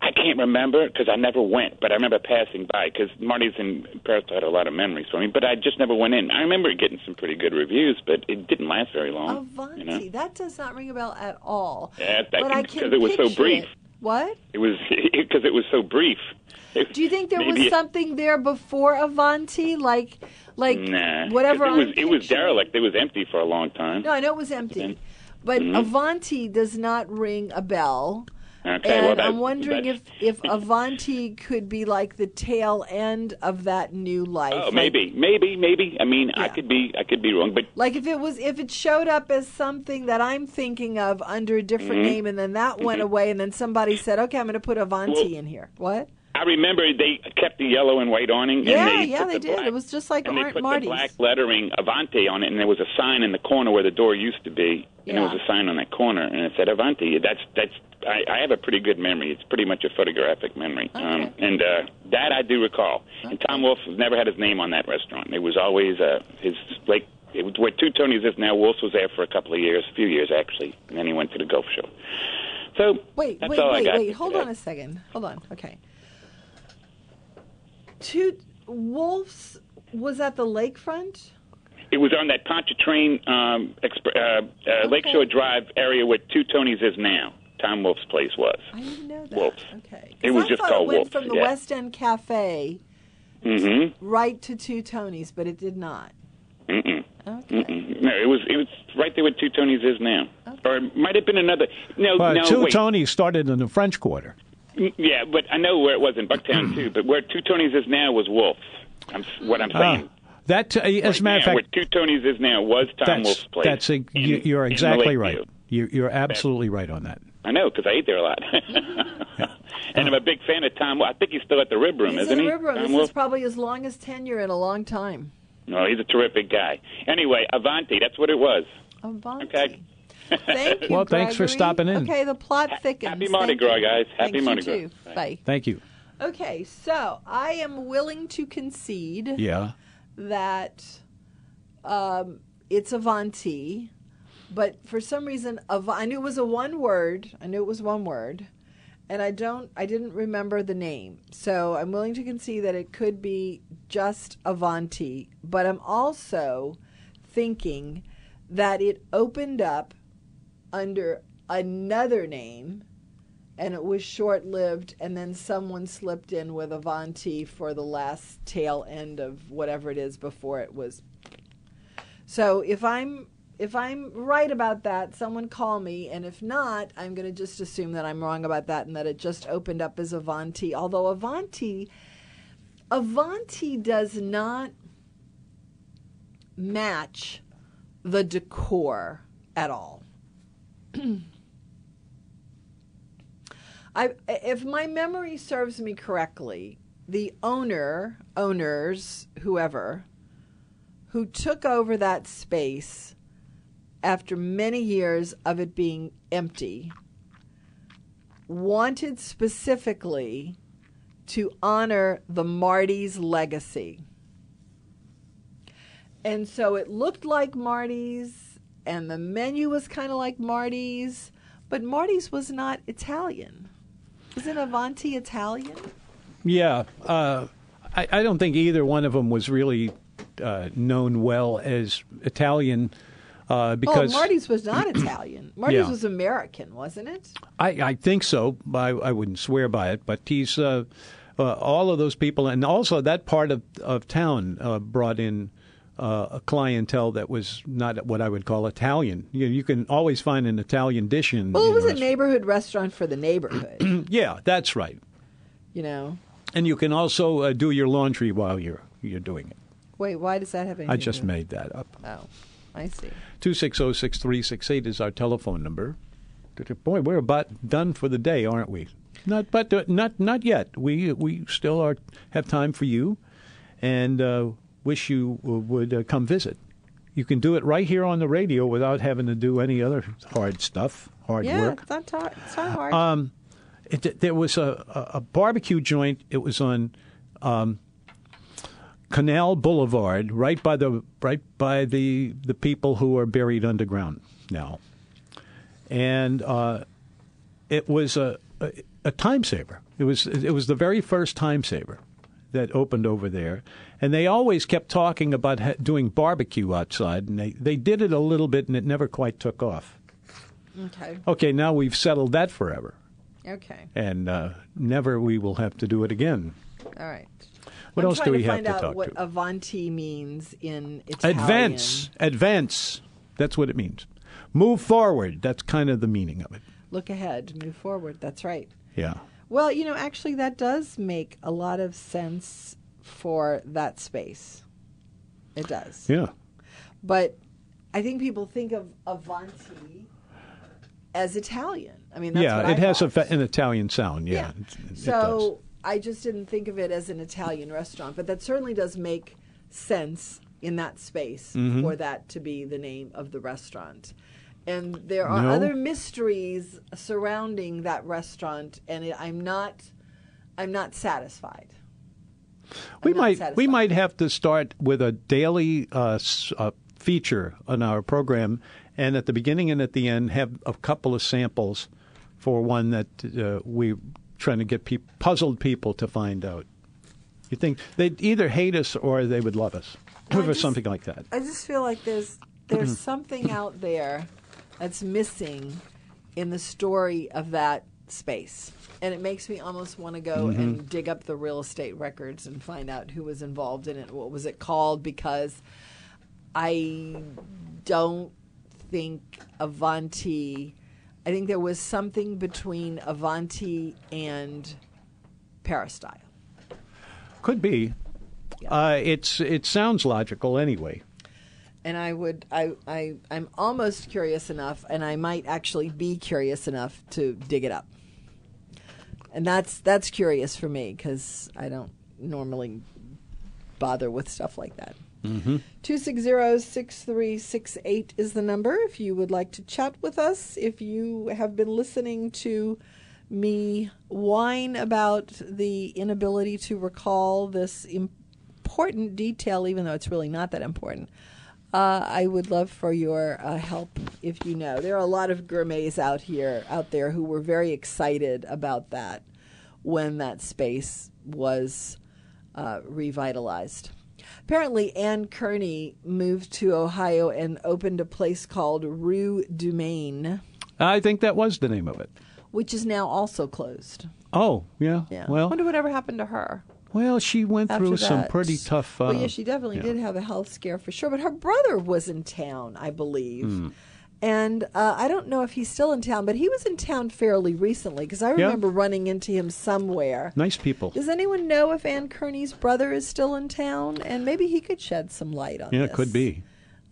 Speaker 6: I can't remember because I never went, but I remember passing by because Marty's in Paris had a lot of memories for me, but I just never went in. I remember getting some pretty good reviews, but it didn't last very long.
Speaker 3: Avanti.
Speaker 6: You know?
Speaker 3: That does not ring a bell at all.
Speaker 6: Yeah, that-
Speaker 3: but I can
Speaker 6: because it was so
Speaker 3: picture
Speaker 6: brief.
Speaker 3: it. What?
Speaker 6: It was because it was so brief. It-
Speaker 3: Do you think there
Speaker 6: maybe
Speaker 3: was
Speaker 6: it-
Speaker 3: something there before Avanti, like, like
Speaker 6: Nah, 'cause
Speaker 3: whatever?
Speaker 6: It was
Speaker 3: I'm
Speaker 6: it was
Speaker 3: picturing?
Speaker 6: derelict. Mm-hmm. It was empty for a long time.
Speaker 3: No, I know it was empty, but Avanti does not ring a bell.
Speaker 6: Okay,
Speaker 3: and
Speaker 6: well, that-
Speaker 3: I'm wondering if
Speaker 6: that's-
Speaker 3: if Avanti could be like the tail end of that new life.
Speaker 6: Oh,
Speaker 3: like-
Speaker 6: maybe, maybe, maybe. I mean, I
Speaker 3: Yeah.
Speaker 6: could be, I could be wrong, but
Speaker 3: Like if it was if it showed up as something that I'm thinking of under a different
Speaker 6: Mm-hmm.
Speaker 3: name, and then that went away, and then somebody said, "Okay, I'm going to put Avanti
Speaker 6: Well-
Speaker 3: in here." What?
Speaker 6: I remember they kept the yellow and white awning.
Speaker 3: Yeah,
Speaker 6: and they
Speaker 3: yeah,
Speaker 6: put
Speaker 3: they
Speaker 6: the
Speaker 3: did.
Speaker 6: Black,
Speaker 3: It was just like
Speaker 6: and they
Speaker 3: Aunt
Speaker 6: put
Speaker 3: Marty's.
Speaker 6: the black lettering Avanti on it, and there was a sign in the corner where the door used to be, and there was
Speaker 3: Yeah.
Speaker 6: a sign on that corner, and it said Avanti. That's that's I, I have a pretty good memory. It's pretty much a photographic memory, um, and uh, that I do recall. And Tom Wolf has never had his name on that restaurant. It was always uh, his like it was where Two Tonys is now. Wolf was there for a couple of years, a few years actually, and then he went to the golf show. So
Speaker 3: Wait,
Speaker 6: that's
Speaker 3: wait,
Speaker 6: all I
Speaker 3: wait,
Speaker 6: got
Speaker 3: wait. Hold
Speaker 6: today.
Speaker 3: on a second. Hold on. Okay. Two wolves was at the lakefront.
Speaker 6: It was on that Pontchartrain um, exp- uh, uh,
Speaker 3: Okay.
Speaker 6: Lakeshore Drive area where Two Tonys is now. Tom Wolf's place was.
Speaker 3: I didn't know that.
Speaker 6: Wolf's.
Speaker 3: Okay. 'Cause
Speaker 6: It was
Speaker 3: I
Speaker 6: just
Speaker 3: thought
Speaker 6: called
Speaker 3: it went
Speaker 6: Wolf's,
Speaker 3: from the
Speaker 6: yeah.
Speaker 3: West End Cafe
Speaker 6: Mm-hmm.
Speaker 3: right to Two Tonys, but it did not.
Speaker 6: Mm-mm.
Speaker 3: Okay.
Speaker 6: Mm-hmm. No, it was it was right there where Two Tonys is now, or it might have been another. No,
Speaker 2: But
Speaker 6: no,
Speaker 2: Uh, two
Speaker 6: wait.
Speaker 2: Tonys started in the French Quarter.
Speaker 6: Mm, Yeah, but I know where it was in
Speaker 2: Hmm.
Speaker 6: Bucktown too. But where Two Tonys is now was Wolf's. I'm s- what I'm saying.
Speaker 2: Ah, that, uh, as a matter of fact,
Speaker 6: now, where Two Tonys is now was Tom
Speaker 2: that's,
Speaker 6: Wolf's place.
Speaker 2: that's a,
Speaker 6: in-
Speaker 2: you, you're
Speaker 6: in the
Speaker 2: exactly
Speaker 6: Lakeview.
Speaker 2: right. You, you're absolutely right on that.
Speaker 6: I know because I ate there a lot, and I'm a big fan of Tom. Wolf. I think he's still at the Rib Room,
Speaker 3: He's
Speaker 6: isn't
Speaker 3: in
Speaker 6: he?
Speaker 3: the river room.
Speaker 6: Tom
Speaker 3: This
Speaker 6: Wolf?
Speaker 3: is probably his longest tenure in a long time.
Speaker 6: no, he's a terrific guy. Anyway, Avanti, that's what it was.
Speaker 3: Avanti.
Speaker 6: Okay.
Speaker 3: Thank you.
Speaker 2: Well, thanks for
Speaker 3: Gregory.
Speaker 2: stopping in.
Speaker 3: Okay, the plot thickens.
Speaker 6: happy Mardi
Speaker 3: Thank you.
Speaker 6: Gras, guys. Happy
Speaker 3: Thanks,
Speaker 6: Mardi
Speaker 3: you
Speaker 6: Gras.
Speaker 3: Too. Bye.
Speaker 2: Thank you.
Speaker 3: Okay, so I am willing to concede
Speaker 2: Yeah.
Speaker 3: that um, it's Avanti, but for some reason, Av- I knew it was a one word. I knew it was one word, and I don't, I didn't remember the name. So I'm willing to concede that it could be just Avanti, but I'm also thinking that it opened up under another name. And it was short lived, and then someone slipped in with Avanti for the last tail end of whatever it is before it was so if I'm if I'm right about that, someone call me, and if not, I'm going to just assume that I'm wrong about that and that it just opened up as Avanti. Although Avanti, Avanti does not match the decor at all. I, if my memory serves me correctly, the owner, owners, whoever, who took over that space after many years of it being empty wanted specifically to honor the Marty's legacy. And so it looked like Marty's, and the menu was kind of like Marty's, but Marty's was not Italian. Isn't Avanti Italian?
Speaker 2: Yeah, uh, I, I don't think either one of them was really uh, known well as Italian uh, because
Speaker 3: oh, Marty's was not Italian. Marty's
Speaker 2: Yeah.
Speaker 3: was American, wasn't it?
Speaker 2: I, I think so. I, I wouldn't swear by it, but he's uh, uh, all of those people, and also that part of of town uh, brought in. Uh, a clientele that was not what I would call Italian. You, you can always find an Italian dish in.
Speaker 3: Well,
Speaker 2: in
Speaker 3: it was a
Speaker 2: restaurants.
Speaker 3: neighborhood restaurant for the neighborhood,
Speaker 2: Yeah, that's right.
Speaker 3: you know.
Speaker 2: And you can also uh, do your laundry while you're you're doing it.
Speaker 3: Wait, why does that have anything?
Speaker 2: I
Speaker 3: to
Speaker 2: just
Speaker 3: do with-
Speaker 2: made that up.
Speaker 3: Oh, I see.
Speaker 2: 2606368 is our telephone number. Boy, we're about done for the day, aren't we? Not, but uh, not not yet. We we still are have time for you, and uh, wish you w- would uh, come visit. You can do it right here on the radio without having to do any other hard stuff, hard
Speaker 3: Yeah,
Speaker 2: work. Um,
Speaker 3: it's not hard. It's not hard.
Speaker 2: It, there was a, a, a barbecue joint. It was on um, Canal Boulevard, right by the right by the the people who are buried underground now, and uh, it was a, a a time saver. It was it was the very first time saver that opened over there, and they always kept talking about ha- doing barbecue outside, and they they did it a little bit, and it never quite took off.
Speaker 3: okay.
Speaker 2: Okay, now we've settled that forever
Speaker 3: Okay.
Speaker 2: and uh, never we will have to do it again.
Speaker 3: All right.
Speaker 2: What
Speaker 3: I'm
Speaker 2: else do
Speaker 3: trying
Speaker 2: we have
Speaker 3: find
Speaker 2: to
Speaker 3: out
Speaker 2: talk
Speaker 3: what
Speaker 2: to?
Speaker 3: Avanti means in Italian.
Speaker 2: Advance, advance. That's what it means. Move forward. That's kind of the meaning of it.
Speaker 3: Look ahead. Move forward. That's right.
Speaker 2: Yeah.
Speaker 3: Well, you know, actually, that does make a lot of sense for that space. It does.
Speaker 2: Yeah.
Speaker 3: but I think people think of Avanti as Italian. I mean, that's what
Speaker 2: yeah.
Speaker 3: I
Speaker 2: It has a,
Speaker 3: thought.
Speaker 2: fa- an Italian sound. Yeah.
Speaker 3: yeah.
Speaker 2: It- it
Speaker 3: so I just didn't think of it as an Italian restaurant, but that certainly does make
Speaker 2: Mm-hmm.
Speaker 3: sense in that space for that to be the name of the restaurant. And there are
Speaker 2: No?
Speaker 3: other mysteries surrounding that restaurant, and it, I'm not, I'm not satisfied.
Speaker 2: We
Speaker 3: not
Speaker 2: might we
Speaker 3: satisfied.
Speaker 2: might have to start with a daily uh, s- uh, feature on our program, and at the beginning and at the end have a couple of samples for one that uh, we're trying to get peop puzzled people to find out. You think they'd either hate us or they would love us, or
Speaker 3: just-
Speaker 2: something like that.
Speaker 3: I just feel like there's there's something out there that's missing in the story of that space. And it makes me almost want to go and dig up the real estate records and find out who was involved in it, what was it called because I don't think Avanti I think there was something between Avanti and Peristyle.
Speaker 2: Could be. Uh, it's it sounds logical anyway.
Speaker 3: and I would I, I I'm almost curious enough and I might actually be curious enough to dig it up. And that's that's curious for me cuz I don't normally bother with stuff like that. Two six zero six three six eight is the number if you would like to chat with us. If you have been listening to me whine about the inability to recall this important detail, even though it's really not that important, uh, I would love for your uh, help if you know. There are a lot of gourmets out here, out there, who were very excited about that when that space was uh, revitalized. Apparently, Anne Kearney moved to Ohio and opened a place called Rue du Maine,
Speaker 2: I think that was the name of it.
Speaker 3: which is now also closed.
Speaker 2: Oh yeah.
Speaker 3: Yeah.
Speaker 2: Well,
Speaker 3: wonder whatever happened to her.
Speaker 2: well, she went
Speaker 3: after
Speaker 2: through some
Speaker 3: that.
Speaker 2: pretty tough. Uh,
Speaker 3: well, yeah, she definitely did have a health scare for sure. But her brother was in town, I believe.
Speaker 2: Hmm.
Speaker 3: And uh, I don't know if he's still in town, but he was in town fairly recently because I remember running into him somewhere.
Speaker 2: Nice people.
Speaker 3: Does anyone know if Ann Kearney's brother is still in town? And maybe he could shed some light on
Speaker 2: Yeah,
Speaker 3: this.
Speaker 2: it could be.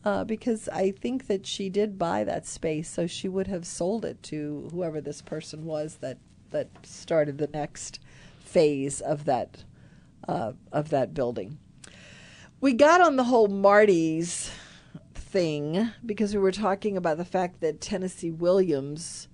Speaker 3: Uh, because I think that she did buy that space, so she would have sold it to whoever this person was that that started the next phase of that uh, of that building. We got on the whole Marty's thing because we were talking about the fact that Tennessee Williams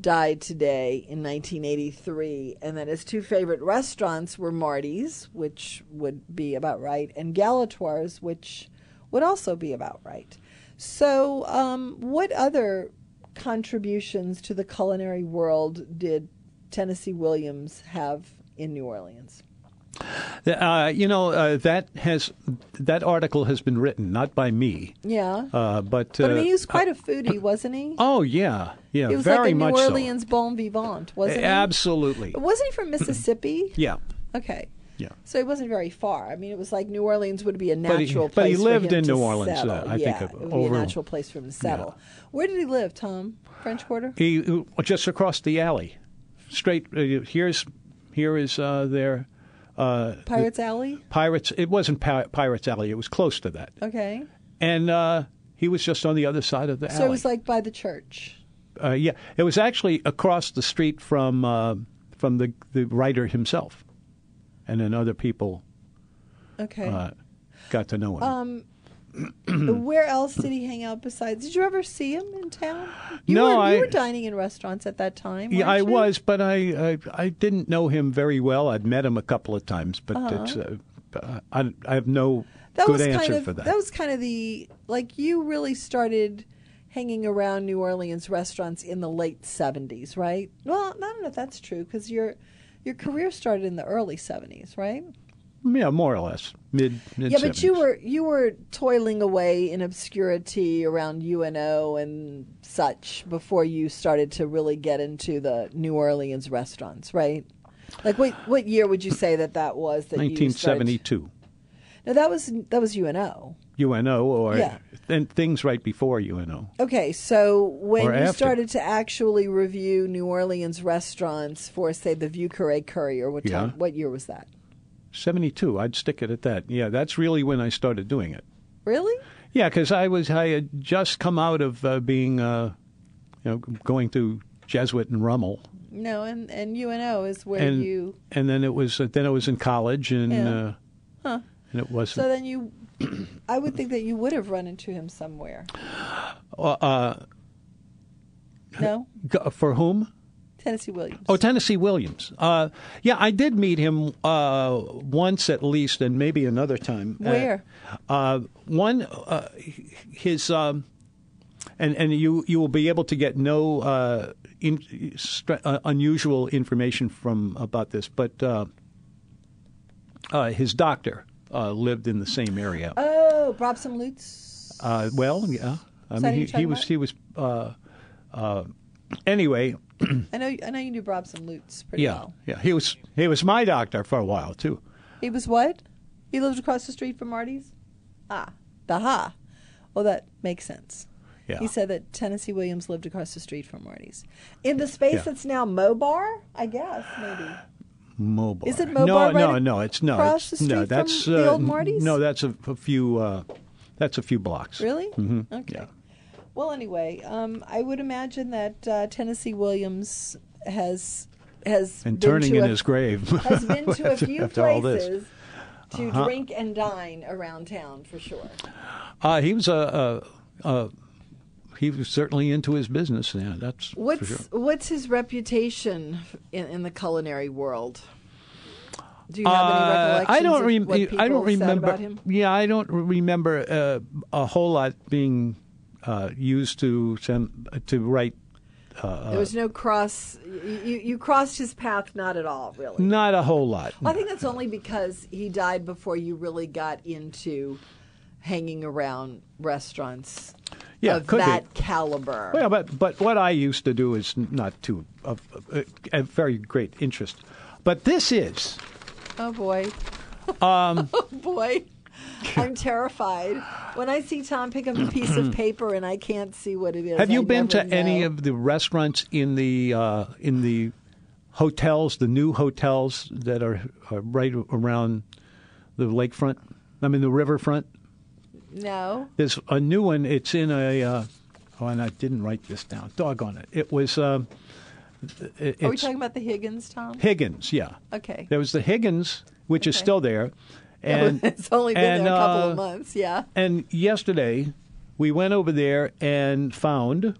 Speaker 3: died today in 1983 and that his two favorite restaurants were Marty's, which would be about right, and Galatoire's, which would also be about right. So, um, what other contributions to the culinary world did Tennessee Williams have in New Orleans?
Speaker 2: Uh, you know uh, that has that article has been written not by me,
Speaker 3: Yeah.
Speaker 2: uh, but,
Speaker 3: but I
Speaker 2: uh,
Speaker 3: mean, he was quite a foodie, wasn't he?
Speaker 2: oh yeah, yeah,
Speaker 3: He was
Speaker 2: very
Speaker 3: like a New
Speaker 2: much
Speaker 3: Orleans bon vivant,
Speaker 2: so.
Speaker 3: wasn't he?
Speaker 2: Absolutely,
Speaker 3: Wasn't he from Mississippi?
Speaker 2: yeah,
Speaker 3: Okay.
Speaker 2: yeah.
Speaker 3: So he wasn't very far. I mean, it was like New Orleans would be a
Speaker 2: But he-
Speaker 3: natural place.
Speaker 2: but he
Speaker 3: for
Speaker 2: lived
Speaker 3: him
Speaker 2: in
Speaker 3: to
Speaker 2: New Orleans,
Speaker 3: settle.
Speaker 2: uh, I
Speaker 3: yeah,
Speaker 2: think of-
Speaker 3: it would
Speaker 2: over-
Speaker 3: be a natural place for him to settle. Where did he live, Tom? French Quarter.
Speaker 2: He uh, just across the alley, straight. Uh, here's here is uh, their uh,
Speaker 3: Pirates Alley.
Speaker 2: pirates. It wasn't Pi- Pirates Alley. It was close to that,
Speaker 3: Okay.
Speaker 2: and uh, he was just on the other side of the alley.
Speaker 3: So it was like by the church.
Speaker 2: uh, yeah, it was actually across the street from uh, from the the writer himself, and then other people
Speaker 3: Okay.
Speaker 2: uh, got to know him.
Speaker 3: Um, Where else did he hang out besides? Did you ever see him in town? You
Speaker 2: No,
Speaker 3: were,
Speaker 2: I-
Speaker 3: you were dining in restaurants at that time.
Speaker 2: Yeah,
Speaker 3: weren't
Speaker 2: I
Speaker 3: you?
Speaker 2: was, but I, I I didn't know him very well. I'd met him a couple of times, but it's uh, uh, I I have no
Speaker 3: Uh-huh. That
Speaker 2: good
Speaker 3: was
Speaker 2: answer
Speaker 3: kind of
Speaker 2: for that.
Speaker 3: was kind of the like you really started hanging around New Orleans restaurants in the late seventies, right? Well, I don't know if that's true because your your career started in the early seventies, right?
Speaker 2: yeah, more or less mid mid.
Speaker 3: yeah, but you were you were toiling away in obscurity around UNO and such before you started to really get into the New Orleans restaurants, right? Like what what year would you say that that was? That you started-
Speaker 2: 1972
Speaker 3: No, that was that was UNO.
Speaker 2: UNO or
Speaker 3: Yeah.
Speaker 2: and things right before UNO.
Speaker 3: Okay, so when
Speaker 2: Or
Speaker 3: you
Speaker 2: after.
Speaker 3: started to actually review New Orleans restaurants for, say, the View Curry Courier, what time,
Speaker 2: Yeah.
Speaker 3: what year was that?
Speaker 2: 72, I'd stick it at that. Yeah, that's really when I started doing it.
Speaker 3: Really?
Speaker 2: Yeah, because I was I had just come out of uh, being uh, you know going through Jesuit and Rummel.
Speaker 3: No, and and UNO is where
Speaker 2: and
Speaker 3: you.
Speaker 2: and then it was uh, then it was in college and
Speaker 3: Yeah.
Speaker 2: uh, and it was
Speaker 3: So then
Speaker 2: uh,
Speaker 3: you, I would think that you would have run into him somewhere. No?
Speaker 2: G- For whom?
Speaker 3: Tennessee Williams.
Speaker 2: Oh, Tennessee Williams. Uh, yeah, I did meet him uh, once at least, and maybe another time. Uh,
Speaker 3: Where?
Speaker 2: Uh, one, uh, his, um, and and you you will be able to get no uh, in, stra- uh, unusual information from about this, but uh, uh, his doctor uh, lived in the same area.
Speaker 3: Oh, Brobson Lutz.
Speaker 2: Uh, well, yeah. I
Speaker 3: that
Speaker 2: mean, he,
Speaker 3: who you're
Speaker 2: he was
Speaker 3: talking
Speaker 2: he was. Uh, uh, anyway,
Speaker 3: I know. I know you knew Brobson Lutz pretty
Speaker 2: yeah,
Speaker 3: well.
Speaker 2: yeah. He was he was my doctor for a while too.
Speaker 3: He was what? He lived across the street from Marty's. Ah, the ha. Well, that makes sense.
Speaker 2: Yeah.
Speaker 3: He said that Tennessee Williams lived across the street from Marty's, in the space
Speaker 2: Yeah.
Speaker 3: that's now Mobar. I guess maybe.
Speaker 2: Mobile.
Speaker 3: Is it Mobar
Speaker 2: No,
Speaker 3: right
Speaker 2: no,
Speaker 3: ac-
Speaker 2: no. It's no.
Speaker 3: across
Speaker 2: it's-
Speaker 3: the
Speaker 2: no,
Speaker 3: street
Speaker 2: that's,
Speaker 3: from
Speaker 2: uh,
Speaker 3: the old Marty's?
Speaker 2: No, that's a, a few. Uh, that's a few blocks.
Speaker 3: Really?
Speaker 2: Mm-hmm.
Speaker 3: Okay. Well, anyway, um, I would imagine that uh, Tennessee Williams has has
Speaker 2: And
Speaker 3: been
Speaker 2: turning
Speaker 3: to
Speaker 2: in
Speaker 3: a-
Speaker 2: his grave.
Speaker 3: has been to a
Speaker 2: after-
Speaker 3: few
Speaker 2: after all this. Uh-huh.
Speaker 3: places to drink and dine around town for sure.
Speaker 2: Uh, he was a. a, a he was certainly into his business. Yeah, that's for
Speaker 3: What's
Speaker 2: sure.
Speaker 3: what's his reputation in, in the culinary world? Do you have any
Speaker 2: Uh,
Speaker 3: recollections?
Speaker 2: I don't
Speaker 3: of
Speaker 2: rem-
Speaker 3: what people
Speaker 2: I don't
Speaker 3: said
Speaker 2: remember.
Speaker 3: about him.
Speaker 2: Yeah, I don't remember uh, a whole lot being uh, used to send, to write. Uh,
Speaker 3: there was no cross. You, you, you crossed his path, not at all, really.
Speaker 2: Not a whole lot.
Speaker 3: Well, I think that's only because he died before you really got into hanging around restaurants
Speaker 2: Yeah,
Speaker 3: of
Speaker 2: could be.
Speaker 3: that caliber.
Speaker 2: Well, but but what I used to do is not to of uh, a very great interest. But this is
Speaker 3: Oh boy.
Speaker 2: Um,
Speaker 3: oh boy. I'm terrified. When I see Tom pick up a piece of paper and I can't see what it is.
Speaker 2: Have you
Speaker 3: I
Speaker 2: been to
Speaker 3: never
Speaker 2: any
Speaker 3: know.
Speaker 2: of the restaurants in the uh, in the hotels, the new hotels that are, are right around the lakefront? I mean, the riverfront.
Speaker 3: No.
Speaker 2: There's a new one. It's in a. Uh, oh, and I didn't write this down. Doggone it! It was. Um, it-
Speaker 3: Are we
Speaker 2: it's
Speaker 3: talking about the Higgins, Tom?
Speaker 2: Higgins. Yeah.
Speaker 3: Okay.
Speaker 2: There was the Higgins, which is
Speaker 3: Okay.
Speaker 2: still there, and
Speaker 3: it's only been
Speaker 2: and,
Speaker 3: there a couple
Speaker 2: uh,
Speaker 3: of months, yeah.
Speaker 2: And yesterday, we went over there and found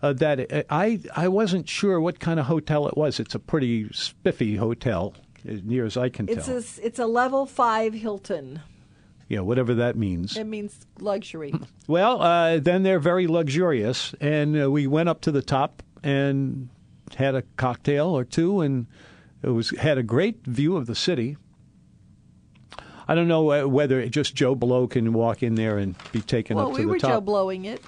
Speaker 2: uh, that it, I I wasn't sure what kind of hotel it was. It's a pretty spiffy hotel, as near as I can
Speaker 3: It's
Speaker 2: tell.
Speaker 3: a it's a level five Hilton.
Speaker 2: yeah, whatever that means.
Speaker 3: It means luxury.
Speaker 2: Well, uh, then they're very luxurious, and uh, we went up to the top and had a cocktail or two, and it was had a great view of the city. I don't know uh, whether just Joe Blow can walk in there and be taken
Speaker 3: well,
Speaker 2: up to
Speaker 3: we
Speaker 2: the
Speaker 3: were
Speaker 2: top.
Speaker 3: Joe blowing it.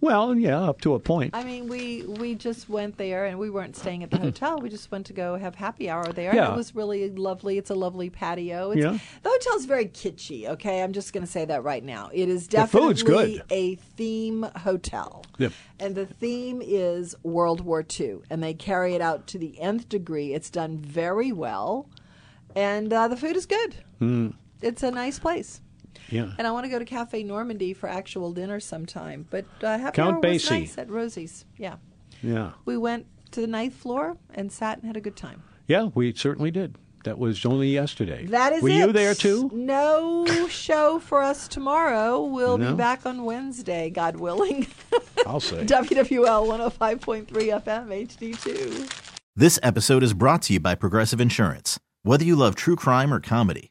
Speaker 2: Well, yeah, up to a point. Mm-hmm.
Speaker 3: I mean, we we just went there, and we weren't staying at the hotel. We just went to go have happy hour there. and
Speaker 2: Yeah.
Speaker 3: it was really lovely. It's a lovely patio. It's,
Speaker 2: Yeah.
Speaker 3: the hotel's very kitschy. Okay, I'm just going to say that right now. It is
Speaker 2: The
Speaker 3: definitely
Speaker 2: food's good.
Speaker 3: a theme hotel,
Speaker 2: Yep.
Speaker 3: and the theme is World War II, and they carry it out to the nth degree. It's done very well, and uh, the food is good.
Speaker 2: Hmm.
Speaker 3: It's a nice place.
Speaker 2: Yeah.
Speaker 3: And I want to go to Cafe Normandy for actual dinner sometime. But uh, happy
Speaker 2: Count
Speaker 3: hour was
Speaker 2: Basie.
Speaker 3: nice at Rosie's. Yeah.
Speaker 2: Yeah.
Speaker 3: We went to the ninth floor and sat and had a good time.
Speaker 2: Yeah, we certainly did. That was only yesterday.
Speaker 3: That is
Speaker 2: Were
Speaker 3: it.
Speaker 2: you there too?
Speaker 3: No show for us tomorrow. We'll
Speaker 2: No?
Speaker 3: be back on Wednesday, God willing.
Speaker 2: I'll say.
Speaker 3: WWL 105.3 FM HD2.
Speaker 1: This episode is brought to you by Progressive Insurance. Whether you love true crime or comedy,